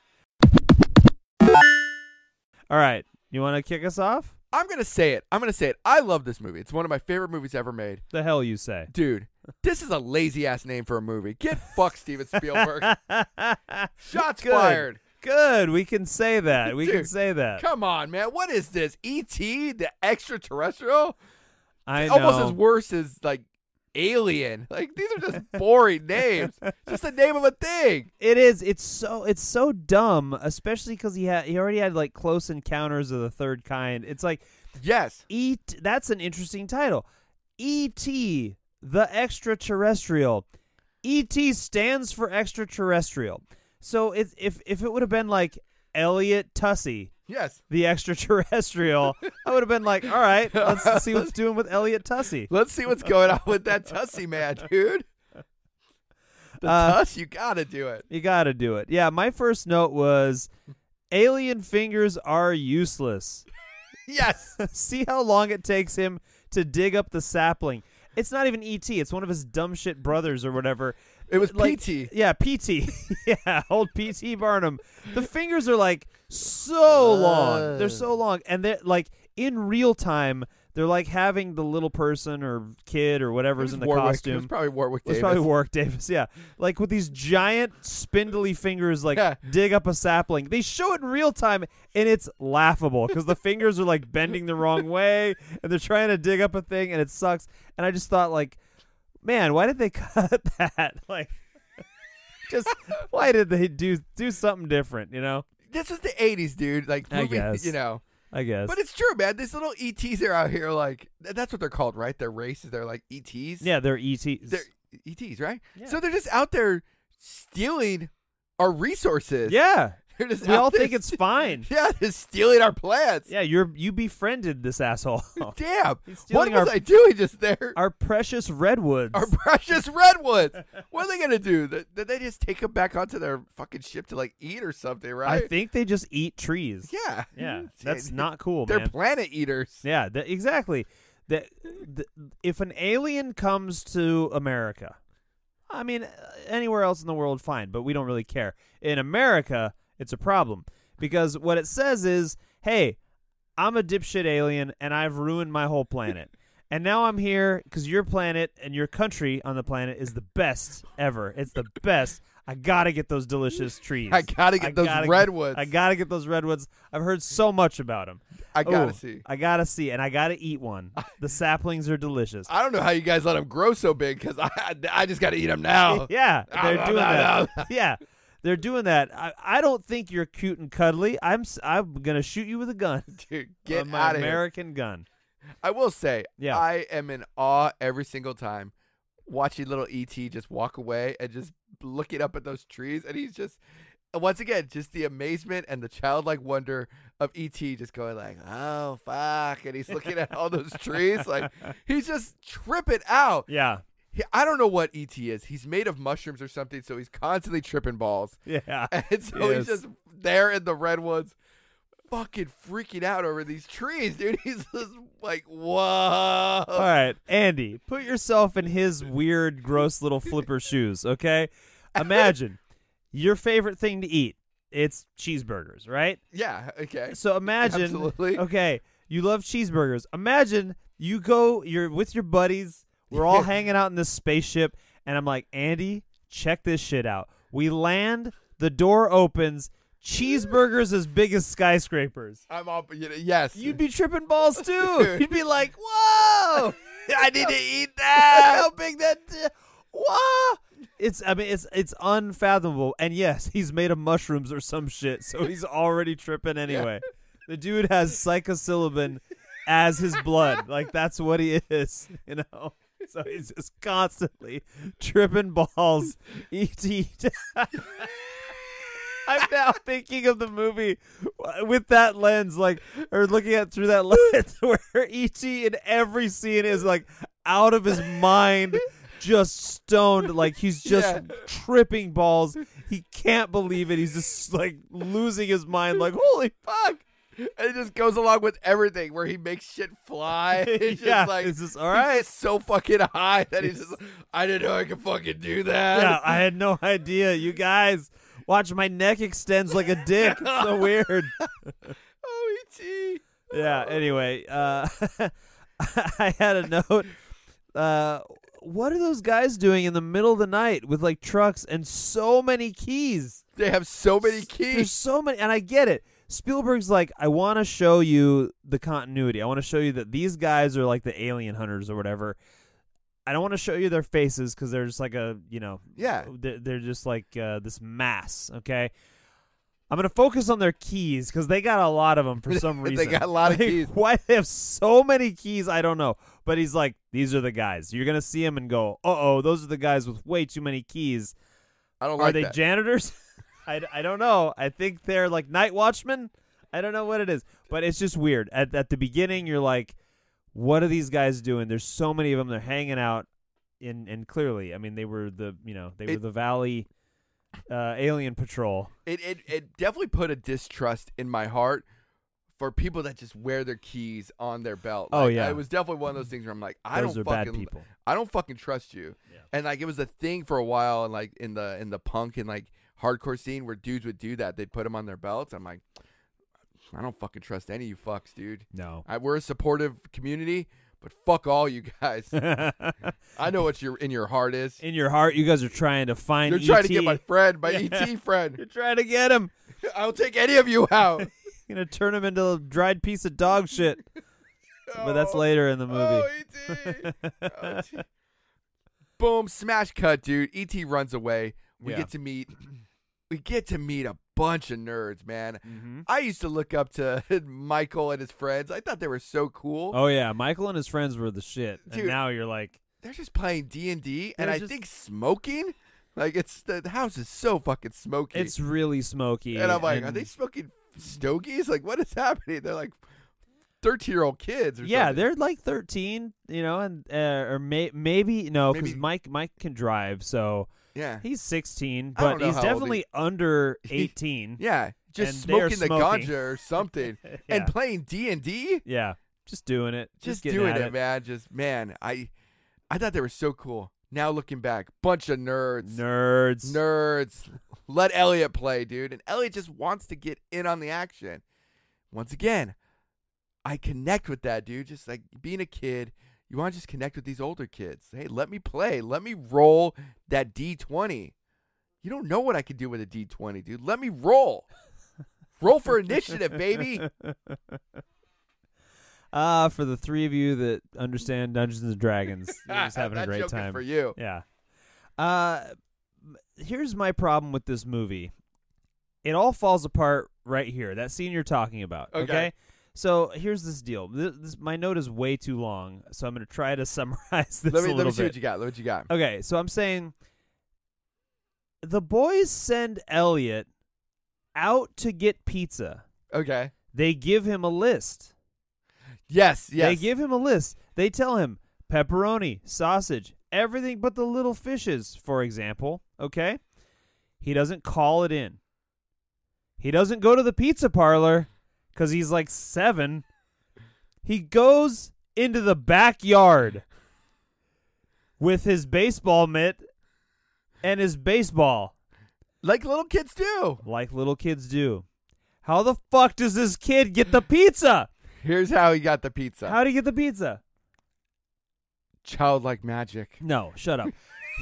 All right, you want to kick us off? i'm gonna say it i'm gonna say it i love this movie it's one of my favorite movies ever made The hell you say? dude this is a lazy ass name for a movie get fucked steven spielberg [laughs] shots Good. fired Good. We can say that. We can Dude, say that. come on man what is this et the extraterrestrial I know. almost as worse as like alien like these are just [laughs] boring names just the name of a thing It is. It's so. It's so dumb, especially because he had. He already had like close encounters of the third kind. It's like yes eat. That's an interesting title. E.T. the extraterrestrial. E.T. stands for extraterrestrial. So if if if it would have been like Elliot Tussey, yes the [laughs] extraterrestrial, I would have been like, all right, let's see what's doing with Elliot Tussey. Let's see what's going on with [laughs] that Tussie man, dude. The [laughs] Uh, Tuss, you gotta do it. [laughs] You got to do it. Yeah, my first note was, alien fingers are useless. [laughs] Yes. See how long it takes him to dig up the sapling. It's not even ET. It's one of his dumb shit brothers or whatever. It was Like- PT. Yeah, PT. [laughs] yeah, old PT Barnum. The fingers are like so long. They're so long, and they're like in real time. They're like having the little person or kid or whatever's in the Warwick. costume. It was probably Warwick It was Davis. probably Warwick Davis, yeah. Like with these giant spindly fingers, like Yeah. dig up a sapling. They show it in real time, and it's laughable because the fingers are like bending the wrong way, and they're trying to dig up a thing, and it sucks. And I just thought, like, man, why did they [laughs] cut that? Like, [laughs] just why did they do do something different? You know, this is the 80s, dude. Like, I movie, guess. you know. I guess. But it's true, man. These little ETs are out here, like, th- that's what they're called, right? They're races. They're like ETs. yeah, they're E ETs. They're E ETs, right? Yeah. So they're just out there stealing our resources. yeah, You're just We out all there [laughs] think it's fine. Yeah, they're stealing our plants. Yeah, you're you befriended this asshole. [laughs] Damn. He's What stealing was our- I doing just there? Our precious redwoods. Our [laughs] precious redwoods. What are they gonna do? Th- Did they just take them back onto their fucking ship to like eat or something? I Right? think they just eat trees. yeah. [laughs] Yeah, Yeah, that's they- not cool, They're man. planet eaters. Yeah, that, exactly. That th- if an alien comes to America, I mean uh, anywhere else in the world, fine, but we don't really care. In America, it's a problem because what it says is, "Hey, I'm a dipshit alien, and I've ruined my [laughs] whole planet." And now I'm here because your planet and your country on the planet is the best ever. It's the best. I gotta get those delicious trees. [laughs] I gotta get those redwoods. I gotta get those redwoods. I've heard so much about them. I gotta Ooh, see. I gotta see, and I gotta eat one. [laughs] The saplings are delicious. I don't know how you guys let them grow so big because I I just gotta eat them [laughs] now. yeah, [laughs] they're Ah, doing ah, that. ah, [laughs] Yeah, they're doing that. I, I don't think you're cute and cuddly. I'm s- I'm gonna shoot you with a gun. [laughs] Dude, get With my out of here. American gun. I will say, Yeah. I am in awe every single time watching little ET just walk away and just looking up at those trees, and he's just. Once again, just the amazement and the childlike wonder of ET just going like, "Oh fuck!" and he's looking at all those trees, [laughs] like he's just tripping out. Yeah, He, I don't know what ET is. He's made of mushrooms or something, so he's constantly tripping balls, [laughs] yeah. and so he's Yes. just there in the redwoods, fucking freaking out over these trees, dude. [laughs] He's just like, "Whoa!" All right, Andy, put yourself in his weird, gross [laughs] little flipper shoes. Okay, imagine your favorite thing to eat. It's cheeseburgers, right? Yeah. Okay. So imagine, Absolutely. okay, you love cheeseburgers. Imagine you go, you're with your buddies. We're [laughs] all hanging out in this spaceship, and I'm like, Andy, check this shit out. We land, the door opens, cheeseburgers as big as skyscrapers. I'm up. You know, yes. You'd be tripping [laughs] balls too. You'd be like, whoa, I [laughs] need to eat how that. big that, whoa. It's I mean it's it's unfathomable. And yes, he's made of mushrooms or some shit, [laughs] so he's already tripping anyway. The dude has psychosilibin as his blood. Like that's what he is, you know. So he's just constantly tripping balls. E.T. [laughs] I'm now thinking of the movie with that lens, like, or looking at through that [laughs] lens, where E.T. in every scene is like out of his mind, just stoned, like he's just Yeah. tripping balls. He can't believe it. He's just like losing his mind, like, [laughs] holy fuck. And it just goes along with everything where he makes shit [laughs] fly. It's yeah, just like it's just all he's [laughs] right. [laughs] just so fucking high that he's just I didn't know I could fucking do that. Yeah, I had no idea. You guys, watch my neck extends like a dick. It's [laughs] so weird. [laughs] oh, et. Yeah. Anyway, uh, [laughs] I had a note. Uh, what are those guys doing in the middle of the night with like trucks and so many keys? They have so many S- There's keys. so many, and I get it. Spielberg's like, I want to show you the continuity. I want to show you that these guys are like the alien hunters or whatever. I don't want to show you their faces because they're just like a, you know, Yeah. they're, they're just like uh, this mass. Okay, I'm gonna focus on their keys because they got a lot of them for some [laughs] They reason. got a lot of Like, keys. [laughs] Why they have so many keys? I don't know. But he's like, these are the guys. You're gonna see them and go, uh oh, those are the guys with way too many keys I don't are like they that. janitors? [laughs] I, I don't know. I think they're like night watchmen. I don't know what it is, but it's just weird. At, at the beginning, you're like, what are these guys doing? There's so many of them. They're hanging out. In, and clearly, I mean, they were the you know they were It- the Valley uh, Alien Patrol. it, it it definitely put a distrust in my heart for people that just wear their keys on their belt. Oh, Like, yeah. it was definitely one of those things where I'm like, I Those don't are fucking [laughs] bad people. I don't fucking trust you. Yeah. And like it was a thing for a while, and like in the in the punk and like hardcore scene where dudes would do that, they'd put them on their belts. I'm like, I don't fucking trust any of you fucks, dude. No. [laughs] I, we're a supportive community, but fuck all you guys. I know what your in your heart [laughs] is. In your heart, you guys are trying to find. E You're trying to ET. get my friend, my [laughs] Yeah. ET friend. You're trying to get him. I'll take any of you out. You're gonna turn him into a dried piece of dog shit. [laughs] But that's Oh. later in the movie. Oh, ET. [laughs] Oh, ET. [laughs] Boom, smash cut, dude. ET runs away. We Yeah. get to meet [clears throat] we get to meet a bunch of nerds, man. mm-hmm. I used to look up to [laughs] Michael and his friends. I thought they were so cool. Oh yeah, Michael and his friends were the shit. Dude. and now you're like, They're just playing D&D and They're I just- think smoking? Like it's the, the house is so fucking smoky. It's really smoky. and I'm like, are and- they smoking stogies? Like what is happening? They're like thirteen year old kids. Or yeah, something. they're like thirteen, you know, and uh, or may- maybe no, because Maybe- Mike Mike can drive, so [laughs] yeah, he's sixteen, I don't but know he's how old he- [laughs] definitely under He- eighteen. yeah, just and they're smoking the smoking. ganja or something [laughs] yeah. and playing D and D. yeah, just doing it, Just getting doing at it, man. Just man, I I thought they were so cool. Now looking back, bunch of nerds. Nerds, Nerds. Let Elliot play, dude. And Elliot just wants to get in on the action. Once again, I connect with that, dude. Just like being a kid, you want to just connect with these older kids. Hey, let me play. Let me roll that D20. You don't know what I could do with a D20, dude. Let me roll. [laughs] roll for initiative, baby. Ah, for the three of you that understand Dungeons [laughs] and Dragons, you're just having a That great joke is time. for you. Yeah. Uh, m- here's my problem with this movie. It all falls apart right here. That scene you're talking about. Okay. Okay. So here's this deal. This, this, my note is way too long, so I'm going to try to [laughs] summarize this Let a me little let me bit. see what you got. Let me what you got. Okay, so I'm saying the boys send Elliot out to get pizza. Okay. They give him a list. Yes, yes. They give him a list. They tell him pepperoni, sausage, everything but the little fishes, for example. Okay? He doesn't call it in. He doesn't go to the pizza parlor because he's like seven. He goes into the backyard with his baseball mitt and his baseball, like little kids do. like little kids do. How the fuck does this kid get the pizza? Here's how he got the pizza. How do you get the pizza? Childlike magic. No, shut up.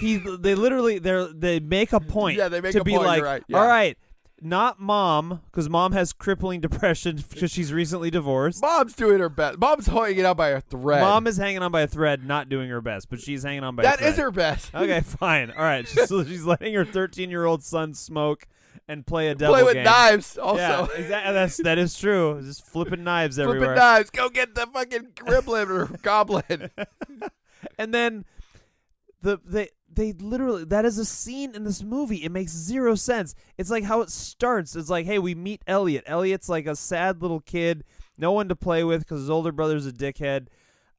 he they literally they are they make a point Yeah, they make to a be point, you're like, right, all yeah." right, not mom because mom has crippling [laughs] depression because she's recently divorced. Mom's doing her best. Mom's holding it up by a thread. Mom is hanging on by a thread, not doing her best, but she's hanging on by a that thread. is her [laughs] best. Okay, fine. All right, she's, so [laughs] she's letting her 13 year old son smoke and play a devil Play with game. knives. Also, Yeah, [laughs] exactly. That's that is true. Just flipping knives flipping everywhere. knives. Go get the fucking gremlin or [laughs] goblin. and then the they they literally that is a scene in this movie. It makes zero sense. It's like how it starts. It's like, hey, we meet Elliot. Elliot's like a sad little kid, no one to play with because his older brother's a dickhead.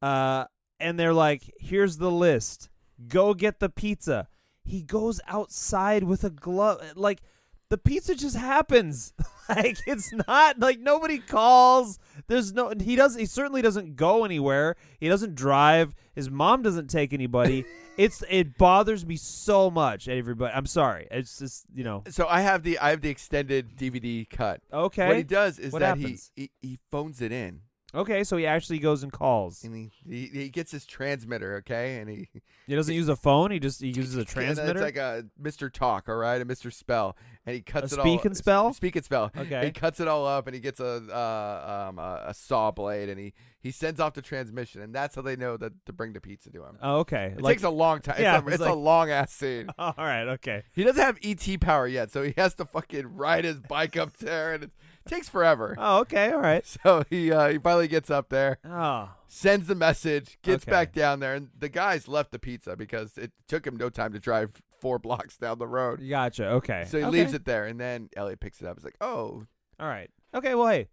Uh, and they're like, here's the list. Go get the pizza. He goes outside with a glove. Like the pizza just happens. [laughs] like it's not like nobody calls. There's no. He does. He certainly doesn't go anywhere. He doesn't drive. His mom doesn't take anybody. it's it bothers me so much. Everybody, I'm sorry. It's just you know. So I have the I have the extended DVD cut. What he Okay. does is What that happens? he, he he phones it in Okay. So he actually goes and calls. and he, he he gets his transmitter. Okay, and he He doesn't use a phone. He just he uses a transmitter. It's like a Mr. Talk, all right, a Mr. Spell, and he cuts A it all. speak and spell? Speak and spell. Okay. He cuts it all up, and he gets a uh, um, a, a saw blade, and he he sends off the transmission, and that's how they know that to bring the pizza to him. oh, okay. It like takes a long time. yeah, it's a, it's it's a like- long ass scene. [laughs] all right. [laughs] Okay. He doesn't have ET power yet, so he has to fucking ride his bike up there, and it takes forever. Oh, okay. All right. So he uh, he finally gets up there, Oh. sends the message, gets Okay. back down there, and the guys left the pizza because it took him no time to drive four blocks down the road. Gotcha. Okay. So he Okay. leaves it there, and then Elliot picks it up. He's like, "Oh, All right. Okay. Well, hey,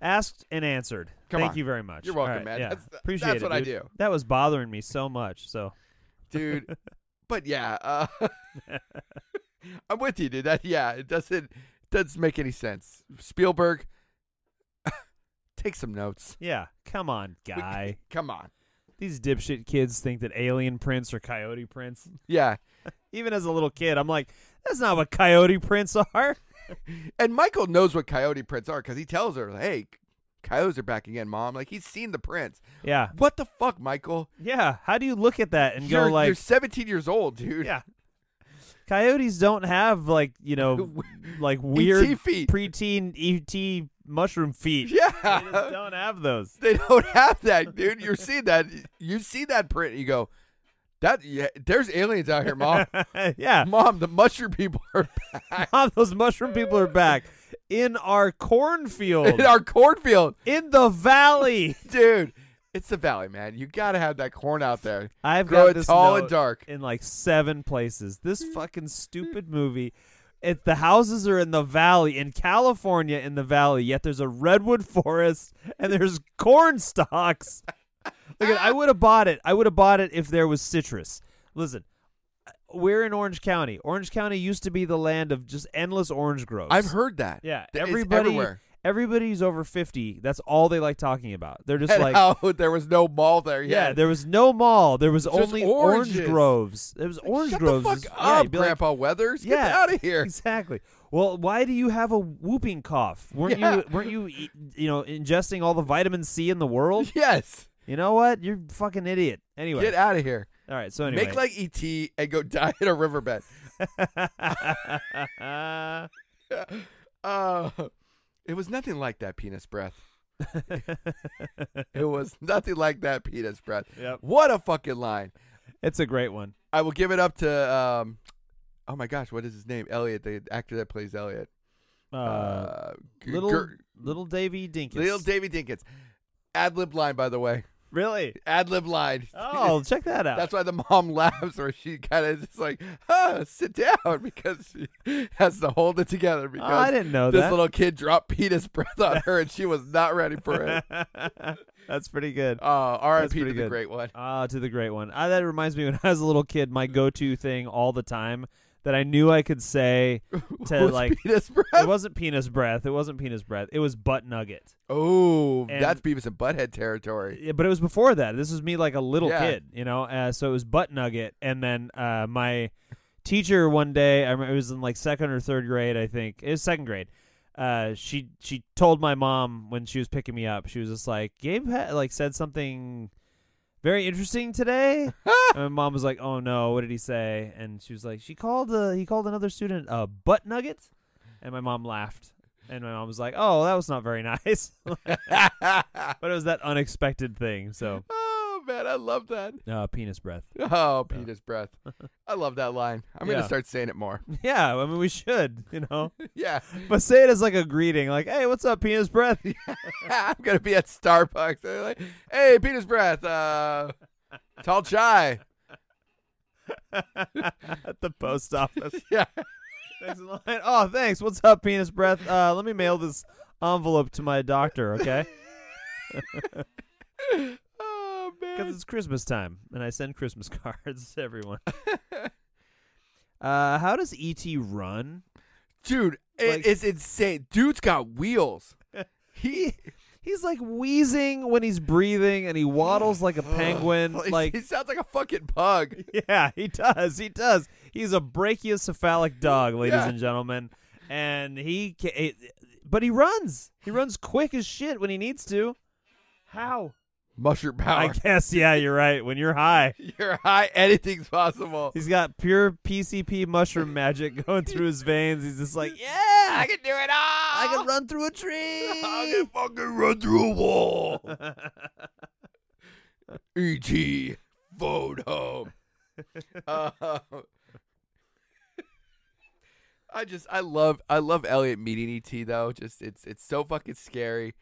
asked and answered. Come Thank on. you very much. You're welcome, All right, man. Yeah. That's- Appreciate that's it, what I dude. do. That was bothering me so much. So [laughs] dude," but yeah, uh, [laughs] I'm with you, dude. That yeah, it doesn't doesn't make any sense. Spielberg, [laughs] take some notes. yeah, come on, [laughs] guy. Come on, These dipshit kids think that alien prints are coyote prints. yeah. Even as a little kid, I'm like, that's not what coyote prints [laughs] are. And Michael knows what coyote prints are because he tells her, "Hey, coyotes are back again, mom." Like he's seen the prints. Yeah, What the fuck, Michael? yeah. How do you look at that and you're, go like, you're 17 years old, dude. yeah? Coyotes don't have like [laughs] you know, like ET weird E feet. preteen ET mushroom feet. yeah. [laughs] They just don't have those. [laughs] they don't have that, dude. You're seeing that. You see that print, and you go, "That yeah, there's aliens out here, [laughs] mom. yeah, mom, the mushroom people are back Ah, those mushroom people are back in our [laughs] cornfield, in our cornfield, in the valley. dude." It's the valley, man. You gotta have that corn out there. I've Grow got it this tall note and dark. in like seven places. This fucking stupid movie. It, the houses are in the valley in California in the valley, yet there's a redwood forest and there's corn stalks. Look, at, I would have bought it. I would have bought it if there was citrus. Listen, we're in Orange County. Orange County used to be the land of just endless orange groves. I've heard that. Yeah, Th- it's everybody- everywhere. everybody's over fifty. That's all they like talking about. They're just And like, how [laughs] there was no mall there yeah, yet. there was no mall. There was Just only orange oranges. groves. There was orange Shut groves. the fuck is- yeah, up, you'd be like, Grandpa Weathers. Get yeah, out of [laughs] here. Exactly. Well, why do you have a whooping cough? Weren't Yeah. you weren't you e- you know ingesting all the vitamin C in [laughs] the world? Yes. You know what? You're a fucking idiot. Anyway, Get out of here. all right. So anyway, Make like ET and go [laughs] die in a riverbed. [laughs] Uh, it was nothing like that penis breath. It was nothing like that penis breath. [laughs] Yep. What a fucking line. it's a great one. I will give it up to um oh my gosh, what is his name? Elliot, the actor that plays Elliot. Uh, G- little Ger- little Davy Dinkins. little Davy Dinkins. Ad lib line, by the way. [laughs] really? Ad lib line. [laughs] Oh, check that out. That's why the mom laughs, or she kind of just like, huh, sit down, [laughs] because she has to hold it together. Oh, Because I didn't know this that. [laughs] little kid dropped penis breath on her, and she was not ready for [laughs] it. That's pretty good. Uh, That's R.I.P. to pretty the good. great one. Ah, to the great one. Ah, that reminds me when [laughs] I was a little kid, my go-to thing all the time that I knew I [laughs] could say [laughs] to Was like penis it [laughs] breath. wasn't penis breath, it wasn't penis breath, it was butt nugget. Oh, And- that's Beavis and Butthead [laughs] territory. [laughs] Yeah, but it was before that. This was me like a little Yeah. kid, you know. Uh, so it was butt nugget, and then uh, my teacher one day, I remember it was in like second or third grade, I think. It was second grade. Uh, she she told my mom when she was picking me up, she was just like, Gabe ha- like said something very interesting today. and my mom was like, Oh no, what did he say? And she was like, She called uh, he called another student a butt nugget, and my mom laughed. And my mom was like, "Oh, that was not very [laughs] nice," but it was that unexpected thing. So oh man, I love that. uh, penis breath. Oh, penis [laughs] breath. I love that line. I'm Yeah. gonna start saying it more. [laughs] [laughs] Yeah, I mean we should, you [laughs] know, yeah, [laughs] but say it as like a greeting, like, "Hey, what's up, penis breath?" [laughs] I'm gonna be at Starbucks. They're like, hey, penis breath. Uh, tall chai. [laughs] At the post [laughs] office. Yeah. [laughs] Next in line. Oh, thanks. What's up, penis breath? Uh, let me mail this envelope to my doctor, [laughs] okay? Oh Because man. it's Christmas time, and I send Christmas [laughs] cards to [laughs] everyone. Uh, how does ET run? Dude, it like- is insane. Dude's got wheels. [laughs] He He's like wheezing when he's breathing, and he waddles like a penguin. Oh, [laughs] like he sounds like a fucking pug. Yeah, he does. He does. He's a brachiocephalic dog, ladies Yeah. and gentlemen, and he, ca- it, but he runs. He runs quick as shit when he needs to. How? [laughs] Mushroom I power. guess. Yeah, you're right. When you're high, [laughs] You're high. Anything's possible. he's got pure PCP mushroom magic [laughs] going through his veins. He's just like, yeah, I can do it all. I I can run through a [laughs] tree. I can fucking run through a [laughs] wall. E.T. E Phone home. [laughs] Uh, [laughs] I just I love I love Elliot meeting E.T. though. Just it's it's so fucking scary.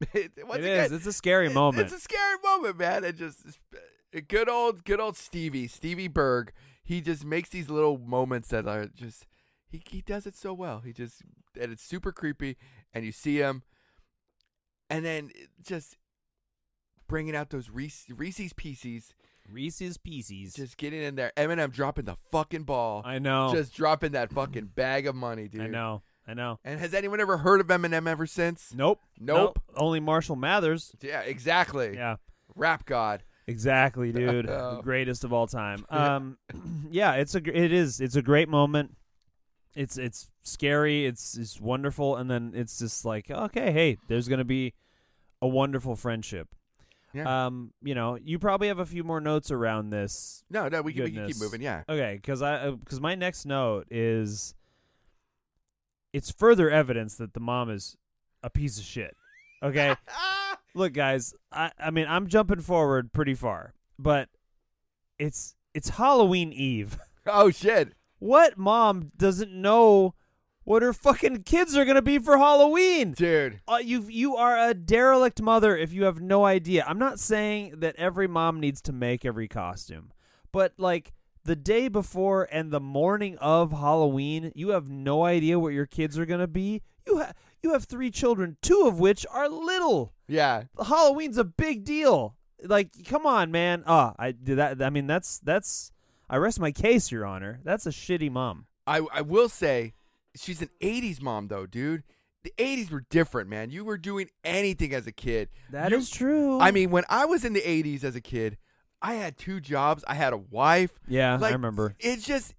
[laughs] It- Once it again, is. It's a scary it- moment. It's a scary moment, man. It just it's- uh, good old good old Stevie Stevie Berg. He just makes these little moments that are just he he does it so well. He just and it's super creepy, and you see him, and then it just bringing out those Reese, Reese's Pieces, Reese's Pieces. just getting in there. Eminem dropping the fucking ball, I know. just dropping that fucking bag of money, dude. I know. I know. And has anyone ever heard of Eminem ever since? Nope. Nope. Only Marshall Mathers. Yeah, exactly. Yeah. Rap God. [laughs] Exactly, dude. the Oh. greatest of all time. [laughs] Yeah. Um, [clears throat] yeah, it's a gr- it is it's a great moment. It's it's scary. It's it's wonderful, and then it's just like okay, hey, there's gonna be a wonderful friendship. Yeah. Um, you know, you probably have a few more notes around this. No, no, we can, we can keep Goodness. moving. Yeah. Okay, because I because my next note is it's further evidence that the mom is a piece of shit. Okay, look guys i i mean i'm jumping forward pretty far but it's it's halloween eve [laughs] [laughs] Oh shit! what mom doesn't know what her fucking kids are gonna be for Halloween. Dude. Uh, you you are a derelict mother if you have no idea. I'm not saying that every mom needs to make every costume, but like the day before and the morning of Halloween, you have no idea what your kids are gonna be. You have you have three children, two of which are little. Yeah. Halloween's a big deal. Like, come on, man. Ah, I did that. I mean, that's that's. I rest my case, Your Honor. That's a shitty mom. I I will say she's an 80s mom though, dude. The 80s were different, man. You were doing anything as a kid. That is You- true. I mean, when I was in the 80s as a kid, I had two jobs. I had a wife. yeah, like, Uh, I remember. It's just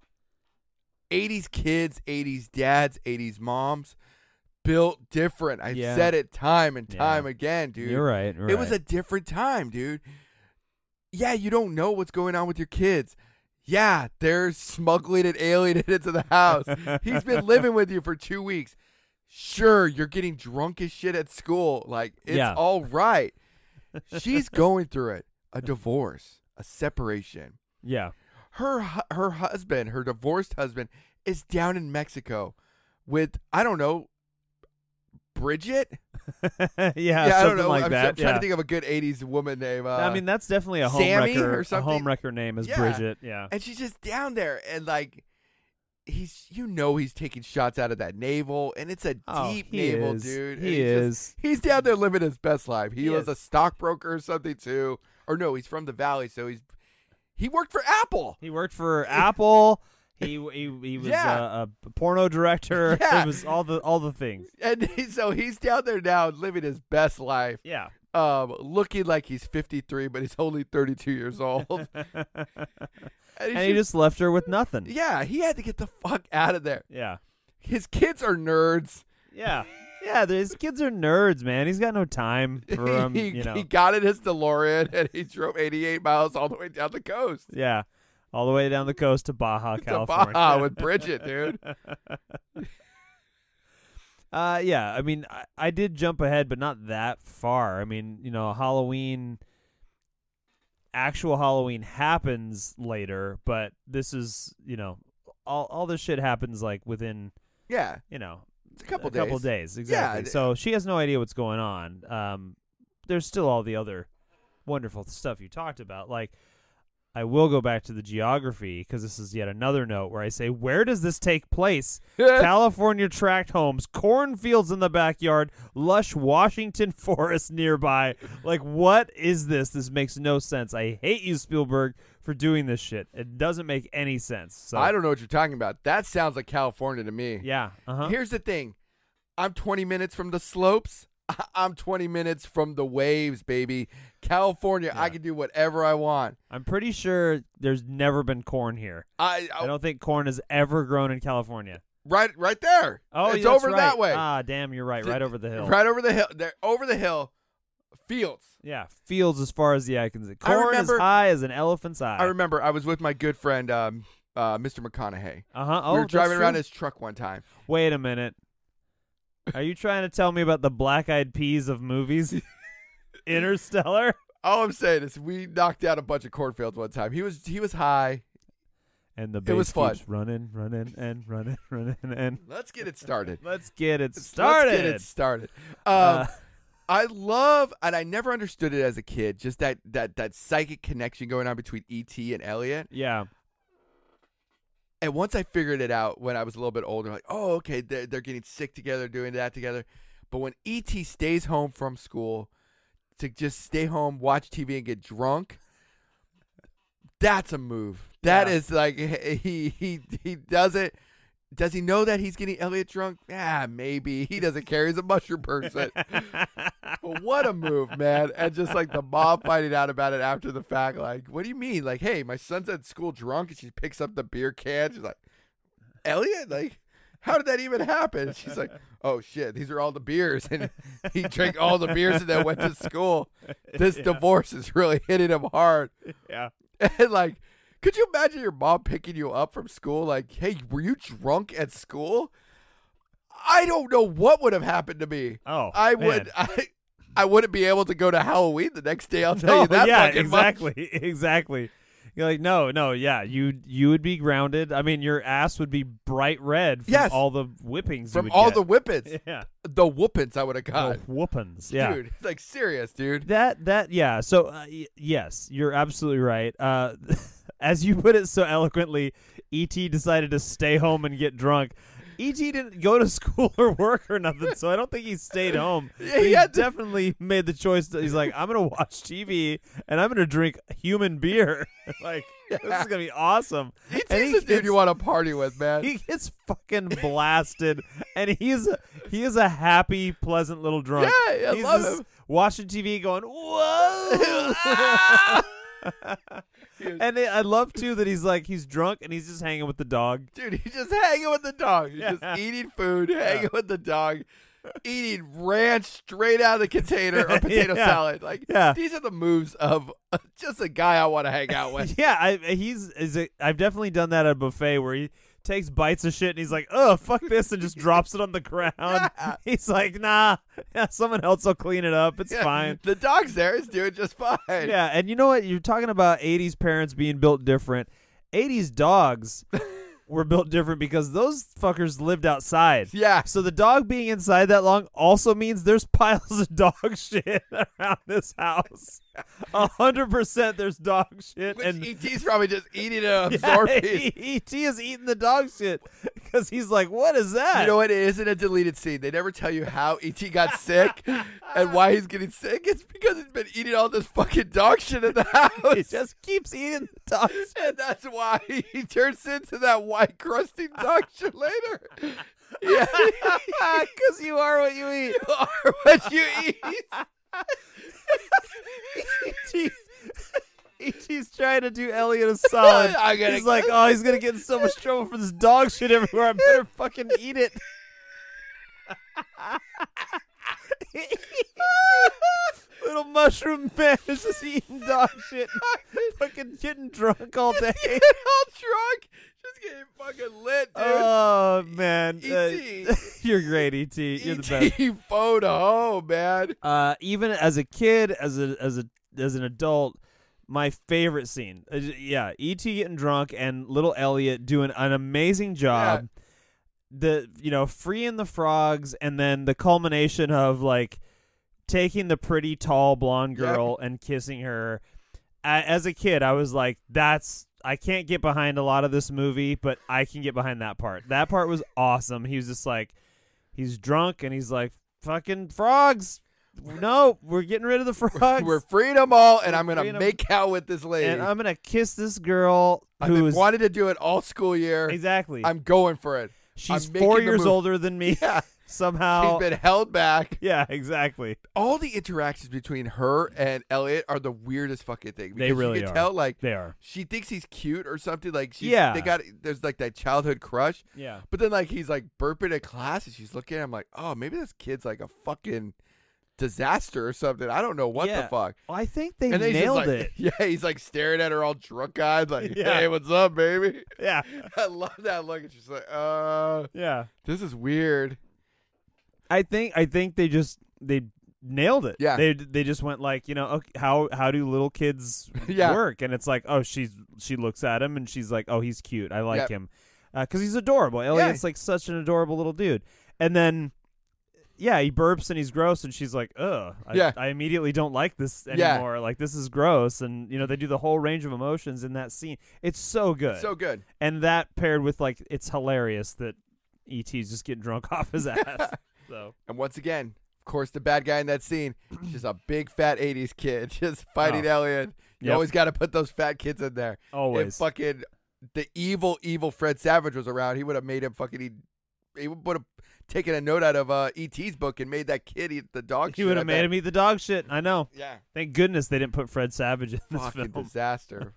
80s kids, 80s dads, 80s moms built different. I Yeah. said it time and Yeah. time again, dude. You're right. you're It was a right. different time, dude. Yeah, you don't know what's going on with your kids. Yeah, they're smuggling and alienated [laughs] into the house. He's been living with you for two weeks. Sure, you're getting drunk as shit at school. Like, it's Yeah. all right. She's going through it a divorce, a separation. yeah. [laughs] Her, hu- her husband, her divorced husband, is down in Mexico with, I don't know, Bridget? yeah. I something don't know. like I'm, that. I'm trying yeah. to think of a good 80s woman name. Uh, I mean, that's definitely a Sammy homewrecker. or a something? homewrecker name is Yeah. Bridget. Yeah. and she's just down there and like he's you know he's taking shots out of that navel and it's a Oh, deep he navel is. dude and He he's just- is. he's down there living his best life he, He was a is. stockbroker or something too or no he's from the valley so he's he worked for apple He worked for [laughs] Apple. He he, he was Yeah. uh, a, porno director. [laughs] Yeah. It was all the all the things. and [laughs] he, so he's down there now living his best life Yeah. um looking like he's 53 but he's only 32 years old [laughs] and, he's and he just left her with nothing. yeah he had to get the fuck out of there Yeah. his kids are [laughs] nerds Yeah. Yeah, his kids are nerds, man. He's got [laughs] no time for him, he, you he know. got in his DeLorean and he drove 88 miles all the way down the coast Yeah. All the way down the coast to Baja, to California. Baja [laughs] with Bridget, [laughs] dude. Uh, yeah, I mean, I, I did jump ahead, but not that far. I mean, you know, Halloween, actual Halloween happens later, but this is, you know, all all this shit happens like within, Yeah, you know, it's a couple a days. couple days, exactly. d- so she has no idea what's going on. Um, there's still all the other wonderful stuff you talked about. Like, I will go back to the geography because this is yet another note where I say, where does this take place? [laughs] California tract homes, cornfields in the backyard, lush Washington [laughs] forest nearby. Like, what is this? This makes no sense. I hate you, Spielberg, for doing this shit. It doesn't make any sense. So I don't know what you're talking about. That sounds like California to me. Yeah. Uh huh. Here's the thing I'm 20 minutes from the slopes. [laughs] I- I'm 20 minutes from the waves, baby. California, I Yeah. can do whatever I want. I'm pretty sure there's never been corn here. I, I don't think corn has ever grown in California. right, right there. Oh, it's that's over right. that way, Ah, damn, you're right. Th- Right over the hill. right over the hill. There, over the hill, fields. Yeah, fields as far as the eye can see. I Corn remember- as high as an elephant's eye. I remember I was with my good friend, um, uh, Mr. McConaughey. uh huh. Oh, we were that's driving around true. his truck one time. Wait a minute. Are you trying to tell me about the black eyed peas of movies? [laughs] Interstellar? All I'm saying is we knocked out a bunch of cornfields one time. He was he was high. And the It bass was fun. keeps running, running, and running, [laughs] running, and Let's get it [laughs] started. let's get it Let's started. get it started. Um, Uh, I love, and I never understood it as a kid. Just that that that psychic connection going on between ET and Elliot. [laughs] yeah. And once I figured it out when I was a little bit older, like, oh, okay, they're, they're getting sick together, doing that together. But when ET stays home from school to just stay home, watch TV, and get drunk, that's a move. That Yeah. is like he he he does it. Does he know that he's getting Elliot drunk? Yeah, maybe he doesn't care. He's a mushroom person. but what a move, man! And just like the mom finding out about it after the fact, like, what do you mean? Like, hey, my son's at school drunk, and she picks up the beer can. She's like, Elliot, like, how did that even happen? And she's [laughs] like, oh shit, these are all the beers, and he drank all the beers and then went to school. This Yeah. divorce is really hitting him hard. [laughs] Yeah. And like, could you imagine your mom picking you up from school? Like, hey, were you drunk at school? I don't know what would have happened to me. Oh. I man. would [laughs] I, I wouldn't be able to go to Halloween the next day. I'll [laughs] tell No, you that Oh, yeah, fucking much. [laughs] exactly. Exactly. You're like, no, no, yeah, you you would be grounded. I mean, your ass would be bright red from Yes. all the whippings. From all the [laughs] whippets, the yeah, the whoopins I would have got. the whoopins. Yeah, Dude, [laughs] it's like serious, dude. that that yeah. So uh, y- yes, you're absolutely right. Uh, [laughs] as you put it so eloquently, ET decided to stay home and get drunk. ET didn't go to [laughs] school or work or nothing, so I don't think he stayed [laughs] home. Yeah, But he he had to- definitely made the choice that he's like, I'm gonna watch TV and I'm gonna drink human beer. [laughs] like this is gonna be awesome. He's And he the dude gets- you want to party with, man. he gets fucking blasted, and he's a, he is a happy, pleasant little drunk. Yeah, I he's love just him. watching [laughs] TV, going whoa. and I I love too that he's like he's drunk and he's just hanging with the dog. Dude, he's just hanging with the dog. He's Yeah. just eating food, hanging with the dog, eating ranch straight out of the container [laughs] or potato Yeah. salad. Like, Yeah. these are the moves of [laughs] uh, just a guy I want to hang out [laughs] with. Yeah, I, he's is a, I've definitely done that at a buffet where he takes bites of shit and he's like, "Oh, fuck this," and just drops it on the ground. Yeah. [laughs] He's like, "Nah, yeah, someone else will clean it up. It's Yeah, fine." The dog's there. It's doing just fine. Yeah, and you know what? You're talking about 80s parents being built different. 80s [laughs] dogs were built different because those fuckers lived outside. Yeah. So the dog being inside that long also means there's piles of dog [laughs] shit around this house. A hundred percent, there's dog shit, Which and ET's probably just eating and [laughs] yeah, absorbing. ET is eating the dog shit because he's like, "What is that?" You know what? It isn't a deleted scene. They never tell you how ET got sick and why he's getting sick. It's because he's been eating all this fucking dog shit [laughs] in the [laughs] He house. just keeps eating the [laughs] dog [laughs] shit. and that's why he turns into that white crusty dog [laughs] shit later. Yeah. [laughs] Because you are what you eat. you are what you [laughs] eat. [laughs] ET's, ET's trying to do Elliot a solid. [laughs] I gotta- he's like, oh, he's gonna get in so much trouble for this dog shit everywhere. I better fucking eat it. [laughs] Little mushroom man is just eating dog [laughs] shit, fucking getting drunk all [laughs] day. Getting all drunk. Just getting fucking lit, dude. Oh man, E.T.. Uh, [laughs] you're great, ET. You're the [laughs] best. ET phone home, man. uh, even as a kid, as a as a as an adult, my favorite scene, is- yeah, ET getting drunk and little Elliot doing an amazing job. The you know freeing the frogs and then the culmination of like taking the pretty tall blonde Yeah. girl and kissing her. A- As a kid, I was like, "That's I can't get behind a lot of this movie, but I can get behind that part. That part was awesome." He was just like, he's drunk and he's like, "Fucking frogs! No, we're getting rid of the frogs. [laughs] We're freeing them all, and I'm freeing gonna 'em. make out with this lady. and I'm gonna kiss this girl I've who been is wanting to do it all school year. exactly. I'm going for it. She's I'm making four the years move. older than me Yeah, [laughs] somehow. she's been held back. yeah, exactly. All the interactions between her and Elliot are the weirdest fucking thing. They because really you can are. tell like They are. she thinks he's cute or something. Like she's, Yeah. they got there's like that childhood crush. Yeah. But then like he's like burping at class and she's looking. at him like, oh, maybe this kid's like a fucking disaster or something. I don't know what Yeah. the fuck. Well, I think they And then he's just nailed like, it. [laughs] Yeah, he's like staring at her all drunk eyed, like, Yeah. hey, what's up, baby? [laughs] Yeah. I love that look. It's just like, uh, Yeah. this is weird. I think I think they just they nailed it. Yeah. They they just went like, you know, okay, how how do little kids [laughs] Yeah. work? And it's like, oh, she's she looks at him and she's like, oh, he's cute. I like Yep. him. Uh, cuz he's adorable. Elliot's like such an adorable little dude. And then yeah, he burps and he's gross and she's like, "Ugh, I, Yeah. I immediately don't like this Yeah. anymore. Like this is gross." And you know, they do the whole range of emotions in that scene. It's so good. So good. and that paired with like it's hilarious that ET's just getting drunk [laughs] off [laughs] his ass. so And once again, of course, the bad guy in that [clears throat] scene is just a big fat 80s kid [laughs] just fighting Oh. Elliot. You Yep. always got to put those fat kids in there. always If fucking the evil, evil Fred Savage was around, he would have made him fucking eat. He would have taken a note out of uh, E.T.'s book and made that kid eat the dog He shit, would I have made bet. him eat the dog shit. I know. Yeah. Thank goodness they didn't put Fred Savage in this Fucking film. disaster.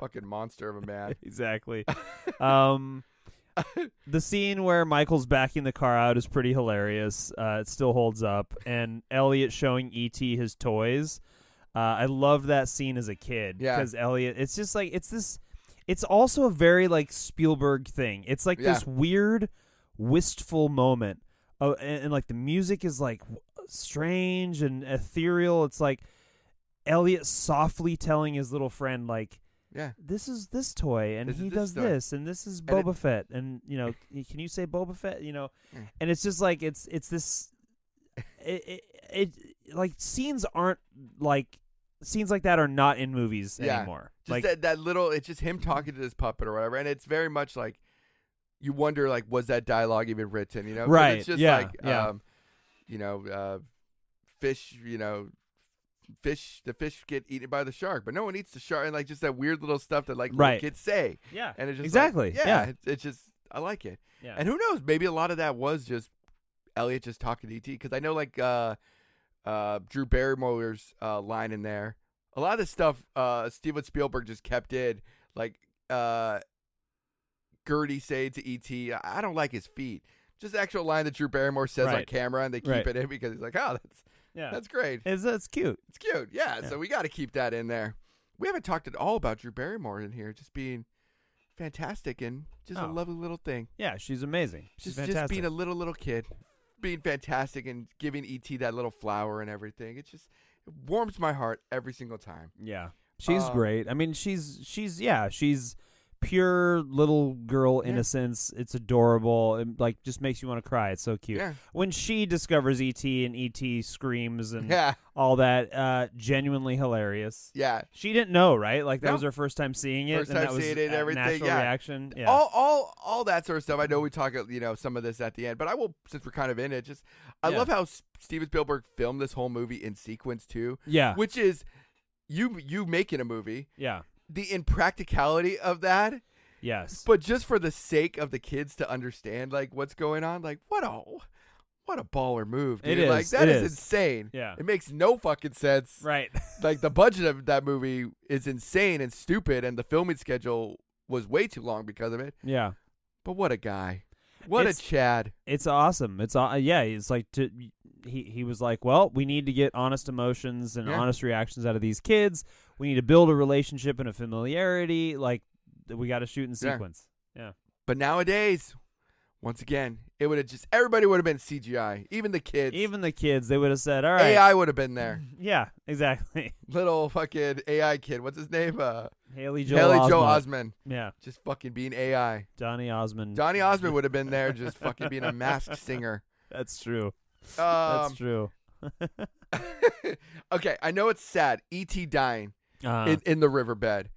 fucking monster of a man. [laughs] [laughs] exactly. Um, the scene where Michael's backing the car out is pretty hilarious. Uh, it still holds up. And Elliot showing ET his toys. Uh, I loved that scene as a kid Yeah. because Elliot. It's just like it's this. It's also a very like Spielberg thing. It's like Yeah. this weird, wistful moment. Oh, and, and like the music is like w- strange and ethereal. It's like Elliot softly telling his little friend like Yeah. this is this toy and This is he this does toy. this and this is it- Boba Fett and you know y- can you say Boba Fett you know Yeah. and it's just like it's it's this it, it, it like scenes aren't like scenes like that are not in movies Yeah. anymore Just like that, that little it's just him talking to this puppet or whatever. And it's very much like you wonder like was that dialogue even written, you know? 'Cause Right, It's just yeah, like yeah. um you know, uh fish, you know, fish the fish get eaten by the shark, but no one eats the shark and like just that weird little stuff that like little Right. kids say. yeah And it's just like, exactly yeah, yeah, It's, it's just I like it. yeah. And who knows? Maybe a lot of that was just Elliot just talking to ET because I know like uh, uh, Drew Barrymore's uh, line in there. A lot of this stuff uh, Steven Spielberg just kept in, like uh, Gertie saying to ET, "I I don't like his feet." Just the actual line that Drew Barrymore says on Right. camera, camera, and they keep Right. it in because he's like, "Oh, that's yeah. that's great, it's that's cute it's cute." Yeah, Yeah. so we got to keep that in there. We haven't talked at all about Drew Barrymore in here, just being fantastic and just a Oh. lovely little thing yeah she's amazing she's just, fantastic just being a little little kid, being fantastic and giving ET that little flower and everything. It just it warms my heart every single time. Yeah. She's Um, great. I mean, she's she's yeah, she's pure little girl Yeah. innocence. It's adorable. It like just makes you want to cry. It's so cute. Yeah, When she discovers ET and ET screams and yeah, all that uh genuinely hilarious. yeah. She didn't know, right? Like that No. was her first time seeing it First and time that was seeing it and a everything, natural yeah. reaction. Yeah. All, all, all that sort of stuff. I know we talk, you know, some of this at the end, but I will since we're kind of in it. Just I Yeah. love how S- Steven Spielberg filmed this whole movie in sequence too, yeah. which is you you making a movie. yeah. The impracticality of that, Yes. but just for the sake of the kids to understand like what's going on, like what a what a baller move, It dude! Like is, that it is is. insane. yeah. It makes no fucking sense. [laughs] Right. Like the budget of that movie is insane and stupid, and the filming schedule was way too long because of it. yeah. But what a guy! What It's- a Chad! it's awesome. It's aw- yeah. It's like to he he was like, well, we need to get honest emotions and Yeah. honest reactions out of these kids. We need to build a relationship and a familiarity. Like th- we got to shoot in Yeah. sequence. But nowadays, once again, it would have just everybody would have been CGI, even the kids. Even the kids, they would have said, all right, AI would have been [laughs] there. yeah, exactly. [laughs] Little fucking AI kid. What's his name? Uh, Haley Joel, Haley Joe Osment. Osmond. yeah, Just fucking being AI. Donny Osmond. [laughs] Donny Osmond would have been there, just fucking being a masked singer. That's true. Um, That's true. [laughs] okay, I know it's sad. E.T. dying. Uh, in, in the riverbed.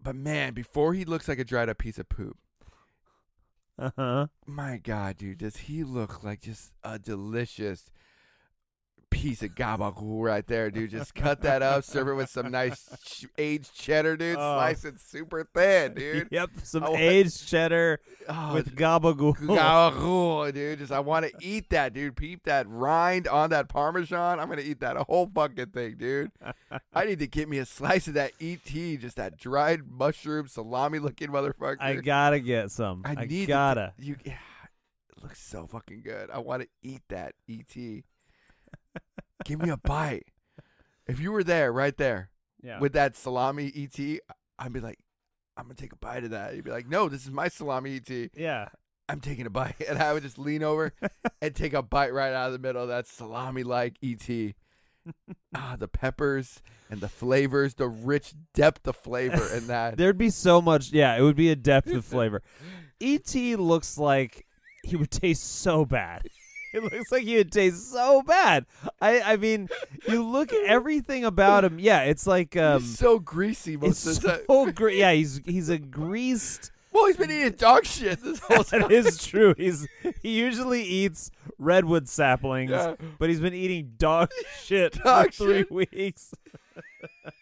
But man, before he looks like a dried up piece of poop, [laughs] uh-huh. my God, dude, does he look like just a delicious piece of gabagool right there, dude? Just cut that up, serve it with some nice ch- aged cheddar, dude. Oh. Slice it super [laughs] thin, dude. Yep, some I want- aged cheddar [laughs] Oh, with it's gabagool. gabagool, dude. Just I want to eat that, dude. Peep that rind on that parmesan. I'm gonna eat that whole fucking thing, [laughs] dude. I need to get me a slice of that ET, just that dried mushroom salami looking motherfucker. [laughs] I gotta get some. I need to- gotta. you. Yeah, it looks so fucking good. I want to eat that [laughs] ET. Give me a bite. If you were there, right there, Yeah. with that salami ET, I'd be like, I'm gonna take a bite of that. You'd be like, No, this is my salami E ET. yeah. I'm taking a bite, [laughs] and I would just lean over and take a bite right out of the middle of that salami-like [laughs] ET. ah, the peppers and the flavors, the rich depth of flavor in [laughs] that. There'd be so much. Yeah, it would be a depth [laughs] of flavor. ET looks like he would taste so bad. [laughs] It looks like he would taste so bad. I, I mean, [laughs] you look everything about him. Yeah, it's like um, he's so greasy it's most of the time. [laughs] so great. Yeah, he's he's a greased. Well, he's been eating dog shit [laughs] this whole time. [laughs] That is true. He's he usually eats redwood saplings, Yeah. but he's been eating [laughs] dog shit for Dog three shit. weeks. [laughs]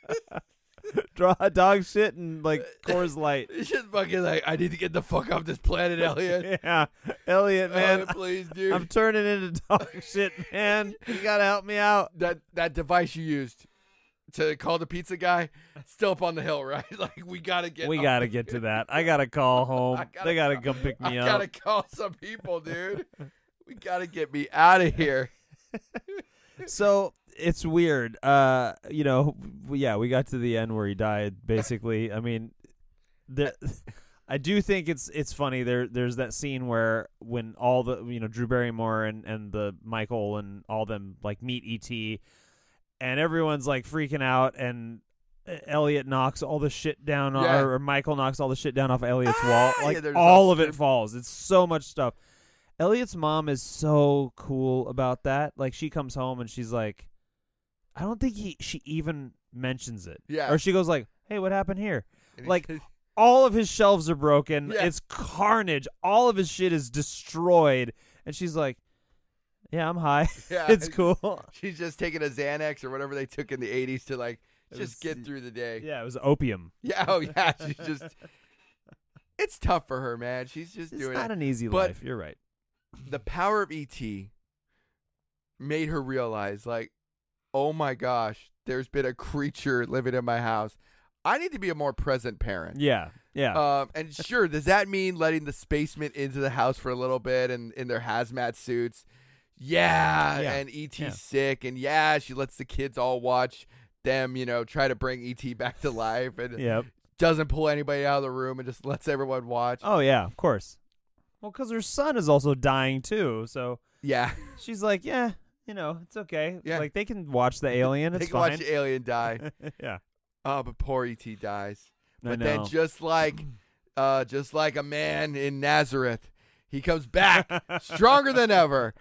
Draw dog shit and [laughs] like Coors Light. He's just fucking like, I need to get the fuck off this [laughs] planet, Elliot. yeah, Elliot, man, Elliot, please, dude. [laughs] I'm turning into dog [laughs] shit, man. You gotta help me out. that that device you used to call the pizza guy, still up on the hill, [laughs] right? Like, we gotta get. We up. gotta get to that. I gotta call home. [laughs] I gotta they gotta call- come pick I me up. gotta call some people, dude. we gotta get me out of here. [laughs] So it's weird. Uh, you know, w- yeah, we got to the end where he died. Basically, I mean, the. I do think it's it's funny. There there's that scene where when all the you know Drew Barrymore and and the E Michael and all them like meet ET, and everyone's like freaking out, and Elliot knocks all the shit down, on, Yeah. or, Michael knocks all the shit down off Elliot's wall. Ah, yeah, Like there's all all of it sorts of- falls. It's so much stuff. Elliot's mom is so cool about that. Like she comes home and she's like, I don't think he. She even mentions it. Yeah. Or she goes like, Hey, what happened here? And he like- [laughs] says- All of his shelves are broken. Yeah. It's carnage. All of his shit is destroyed. And she's like, Yeah, I'm high. [laughs] yeah, [laughs] it's cool. She's just taking a Xanax or whatever they took in the '80s to like It just was- get through the day. yeah, it was opium. [laughs] Yeah, oh yeah, she's just. It's tough for her, man. She's just It's doing not it. an easy But- life. You're right. the power of ET made her realize, like, oh my gosh, there's been a creature living in my house. I need to be a more present parent. Yeah. Yeah. Um, and sure, does that mean letting the spaceman into the house for a little bit and in their hazmat suits? Yeah, Yeah. and ET's Yeah. sick, and yeah, she lets the kids all watch them, you know, try to bring ET [laughs] back to life, and yep. doesn't pull anybody out of the room and just [laughs] lets everyone watch. Oh yeah, of course. Well, because her son is also dying too, so Yeah, she's like, yeah, you know, it's okay. Yeah. Like they can watch the alien. [laughs] It's they can fine. watch the [laughs] alien die. yeah. Oh, but poor ET dies. I But know. then just like uh just like a man in Nazareth, he comes [laughs] back stronger than ever.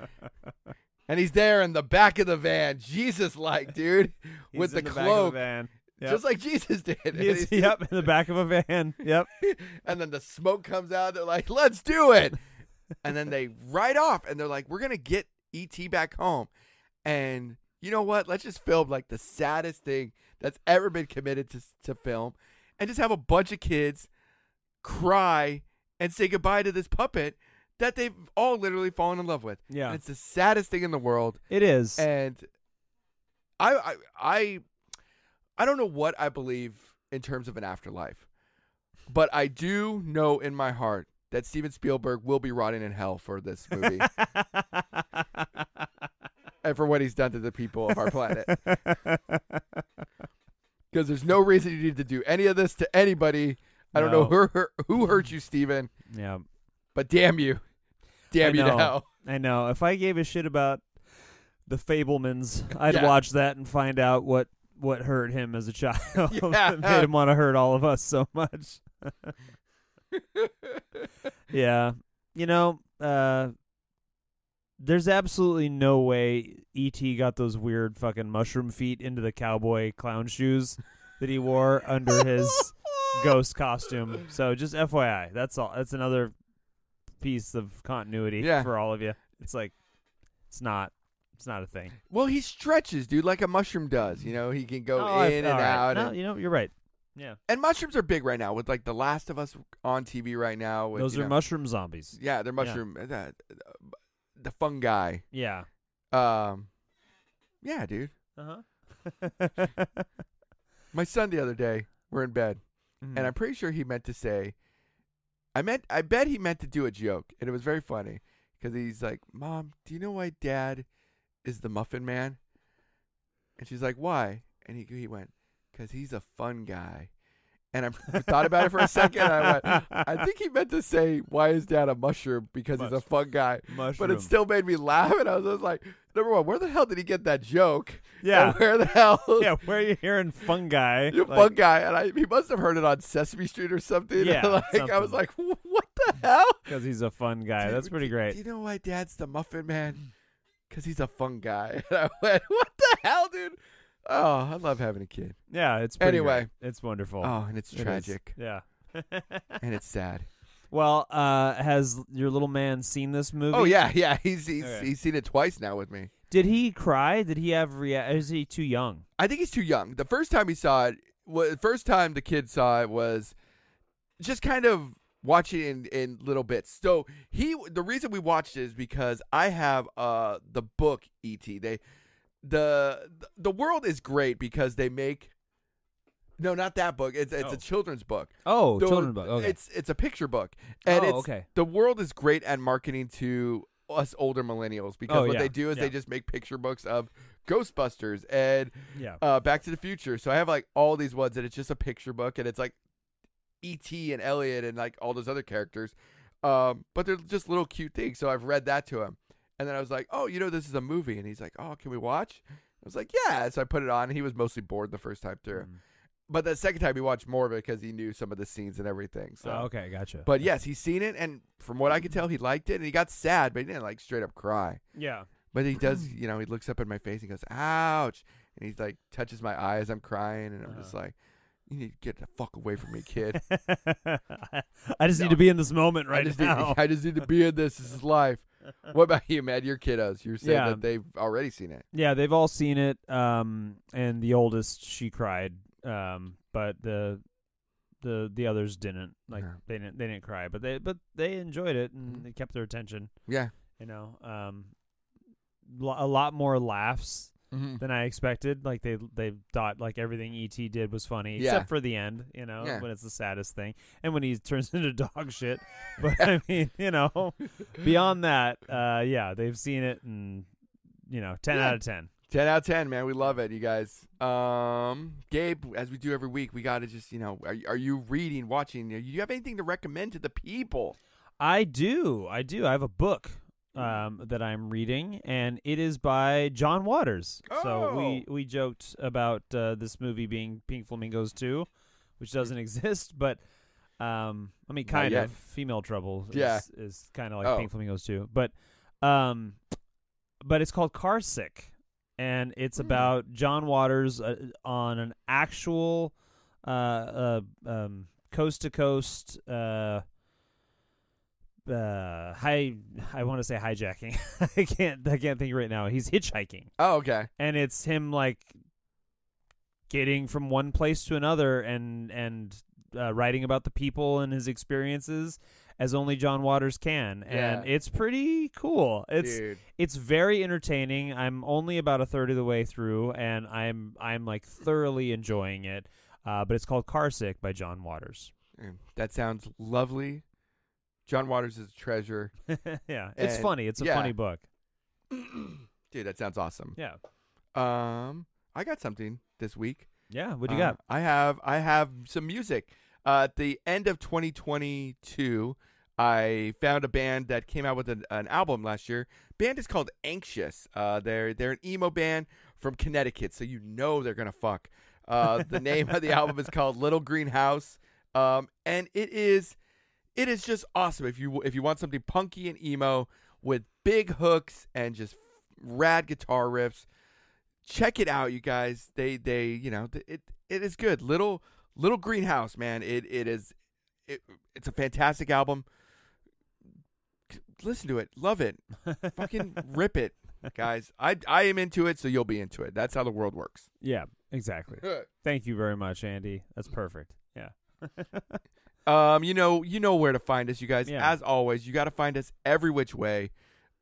And he's there in the back of the van, Jesus like, dude, [laughs] He's with the in back of cloak. the van. Yep. Just like Jesus did. And, He's- [laughs] he's- yep, in the back of a van. Yep. and then the smoke comes out. They're like, let's do it. And then they ride off and they're like, we're going to get ET back home. And you know what? Let's just film like the saddest thing that's ever been committed to, to film and just have a bunch of kids cry and say goodbye to this puppet that they've all literally fallen in love with. Yeah. And it's the saddest thing in the world It is. and I, I I I don't know what I believe in terms of an afterlife, but I do know in my heart that Steven Spielberg will be rotting in hell for this [laughs] movie and for what he's done to the people of our planet. Because there's no reason you need to do any of this to anybody. I don't know who who hurt you, Steven, yeah. but damn you, I damn you to know. hell. I know. If I gave a shit about the Fablemans, I'd Yeah. watch that and find out what what hurt him as a [laughs] child. Yeah. that made him want to hurt all of us so much. yeah. You know, uh there's absolutely no way ET got those weird fucking mushroom feet into the cowboy clown shoes that he wore under [laughs] his ghost costume. So just FYI, that's all. That's another piece of continuity Yeah. for all of you. It's like it's not it's not a thing. Well, he stretches, dude, like a mushroom does. You know, he can go Oh, I've- in and all right. out. No, and- you know, you're right. Yeah. and mushrooms are big right now with like The Last of Us on TV right now. With, Those you are know- mushroom zombies. Yeah, they're mushroom. uh, uh, the fungi. Yeah. Um, yeah, dude. Uh-huh. My son the other day, we're in bed, and Mhm. I'm pretty sure he meant to say, I meant, I bet he meant to do a joke, and it was very funny because he's like, "Mom, do you know why Dad is the Muffin Man?" And she's like, "Why?" And he he went, "Cause he's a fun guy." And I [laughs] thought about it for a second. And I went, [laughs] I think he meant to say, "Why is Dad a mushroom?" Because he's a Mushroom. fun guy. mushroom. But it still made me laugh, and I was just like, "Number one, where the hell did he get that joke? [laughs] yeah. And where the hell? [laughs] yeah, where are you hearing [laughs] fungi? you Like, fun guy." And I, he must have heard it on Sesame Street or something. [laughs] Yeah, like I was something. like, "What the hell?" Because he's a fun guy. Dude, That's pretty Do great. you know why Dad's the Muffin Man? Because he's a fun guy. [laughs] And I went, "What the hell, dude?" Oh, I love having a kid. Yeah, it's pretty Anyway. great. It's wonderful. Oh, and it's It is. tragic Yeah. [laughs] and it's sad. well, uh, has your little man seen this movie? Oh yeah, yeah. He's he's, Okay. he's seen it twice now with me. Did he cry? Did he have rea- Is he too young? I think he's too young. The first time he saw it, wa- the first time the kid saw it was just kind of watching in, in little bits. So he, the reason we watched it is because I have uh the book ET. They, the the world is great because they make. No, not that book. It's it's Oh. a children's book. Oh, The- children's book. Okay. It's it's a picture book, and Oh, it's okay. the world is great at marketing to us older millennials because Oh, what yeah. they do is Yeah. they just make picture books of Ghostbusters and yeah. uh, Back to the Future. So I have like all these ones, and it's just a picture book, and it's like E.T. and Elliot and like all those other characters. Um, but they're just little cute things. So I've read that to him, and then I was like, "Oh, you know, this is a movie," Mm. and he's like, "Oh, can we watch?" I was like, "Yeah." So I put it on. and He was mostly bored the first time through, but the second time he watched more because he knew some of the scenes and everything. So Oh, okay, gotcha. But yes, he's seen it, and from what I could tell, he liked it, and he got sad, but he didn't like straight up cry. yeah, [laughs] But he [clears throat] does, you know, he looks up in my face and goes, "Ouch!" and he like touches my eye as I'm crying, and I'm just Uh-huh. like, "You need to get the fuck away from me, [laughs] kid." I just need to be in this moment right I just [laughs] now. Need, I just need to be in this. This is life. [laughs] What about you, Matt? Your kiddos. You're saying Yeah. that they've already seen it. yeah, they've all seen it. Um, and the oldest she cried. Um, but the the the others didn't. Like Yeah. they didn't they didn't cry, but they but they enjoyed it and Mhm. it kept their attention. Yeah. You know, um, lo- a lot more laughs Mm-hmm. than I expected. Like they they thought like everything ET did was funny, Yeah. except for the end. You know, Yeah. when it's the saddest thing, and when he [laughs] turns into [laughs] dog shit. But I mean, you know, beyond that, uh, yeah, they've seen it, and you know, ten Yeah. out of ten. Ten out of ten, man. We love it, you guys. Um, Gabe, as we do every week, we gotta just, you know, are, are you reading, watching? Do you have anything to recommend to the people? I do, I do. I have a book Mm. um, that I'm reading, and it is by John Waters. So we Oh. we joked about uh, this movie being Pink Flamingos two, which doesn't [laughs] exist, but. Um, I mean, Not kind yet. of. Female Trouble is, Yeah. is kind of like Oh. Pink Flamingos too, but um, but it's called Car Sick, and it's Hmm. about John Waters uh, on an actual uh, uh um coast to coast uh uh hi I want to say hijacking. [laughs] I can't I can't think right now. He's hitchhiking Oh, okay. and it's him like getting from one place to another and and uh, writing about the people and his experiences as only John Waters can and Yeah. it's pretty cool it's Dude. it's very entertaining I'm only about a third of the way through and I'm I'm like thoroughly enjoying it uh, but it's called Car Sick by John Waters Mm, That sounds lovely. John Waters is a treasure. [laughs] yeah it's And- funny it's a yeah. funny book Dude, that sounds awesome. yeah Um, I got something this week. yeah what do you Uh, got I have I have some music. Uh, at the end of 2022, I found a band that came out with an, an album last year. Band is called Anxious. Uh, they're they're an emo band from Connecticut, so you know they're gonna fuck. Uh, [laughs] the name of the album is called Little Green House, um, and it is it is just awesome. If you if you want something punky and emo with big hooks and just rad guitar riffs, check it out, you guys. They they you know th- it it is good. Little Little Greenhouse, man. It it is it, it's a fantastic album. C- Listen to it, love it, fucking rip it, guys. I I am into it, so you'll be into it. That's how the world works. yeah exactly thank you very much Andy that's perfect yeah Um, you know, you know where to find us, you guys. Yeah. As always, you got to find us every which way,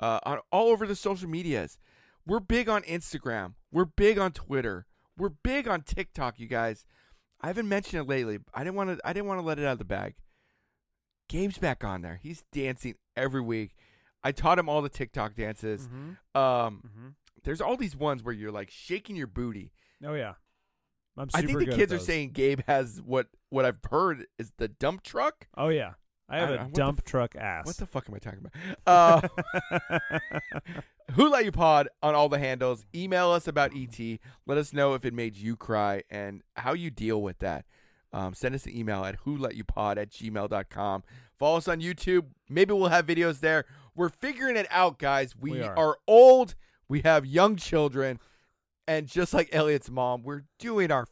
uh, on all over the social medias. We're big on Instagram. We're big on Twitter. We're big on TikTok, you guys. I haven't mentioned it lately. I didn't want to. I didn't want to let it out of the bag. Gabe's back on there. He's dancing every week. I taught him all the TikTok dances. mm-hmm. Um, Mm-hmm. there's all these ones where you're like shaking your booty. oh yeah I'm I super think the good at kids are those. saying Gabe has what what I've heard is the dump truck. Oh yeah, I I have don't a know. What the dump truck ass. What the fuck am I talking about? Uh, [laughs] who let you pod on all the handles? Email us about ET. Let us know if it made you cry and how you deal with that. Um, send us an email at who let you pod at gmail.com. Follow us on YouTube. Maybe we'll have videos there. We're figuring it out, guys. We, We are. are. old. We have young children. And just like Elliot's mom, we're doing our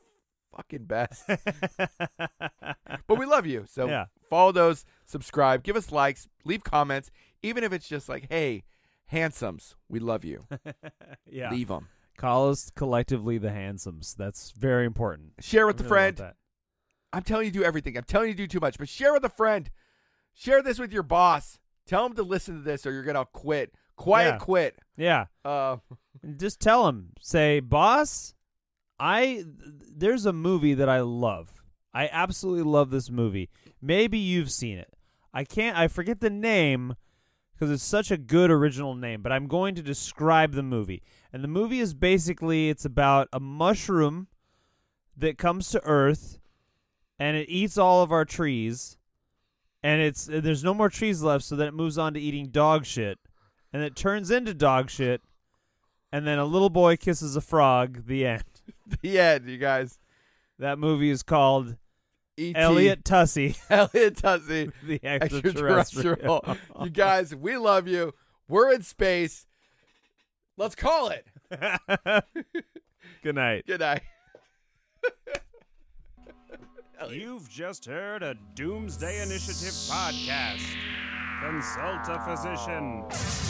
fucking best. [laughs] But we love you. So yeah, follow those, subscribe, give us likes, leave comments, even if it's just like, hey, handsomes, we love you. [laughs] yeah. Leave them. Call us collectively the handsomes. That's very important. Share with a I really friend. want that. I'm telling you, do everything. I'm telling you, do too much, but share with a friend. Share this with your boss. Tell him to listen to this or you're going to quit. Quiet Yeah. quit. Yeah, Uh, [laughs] And just tell him. Say, boss, I there's a movie that I love. I absolutely love this movie. Maybe you've seen it. I can't. I forget the name because it's such a good original name. But I'm going to describe the movie. And the movie is basically it's about a mushroom that comes to Earth and it eats all of our trees. And it's there's no more trees left, so then it moves on to eating dog shit, and it turns into dog shit, and then a little boy kisses a frog. The end. the end, you guys. That movie is called E.T. Elliot Tussey, [laughs] Elliot Tussey, [laughs] the extraterrestrial. extraterrestrial. you guys, we love you. We're in space. Let's call it. [laughs] Good night. Good night. You've just heard a Doomsday Initiative podcast. Consult a physician.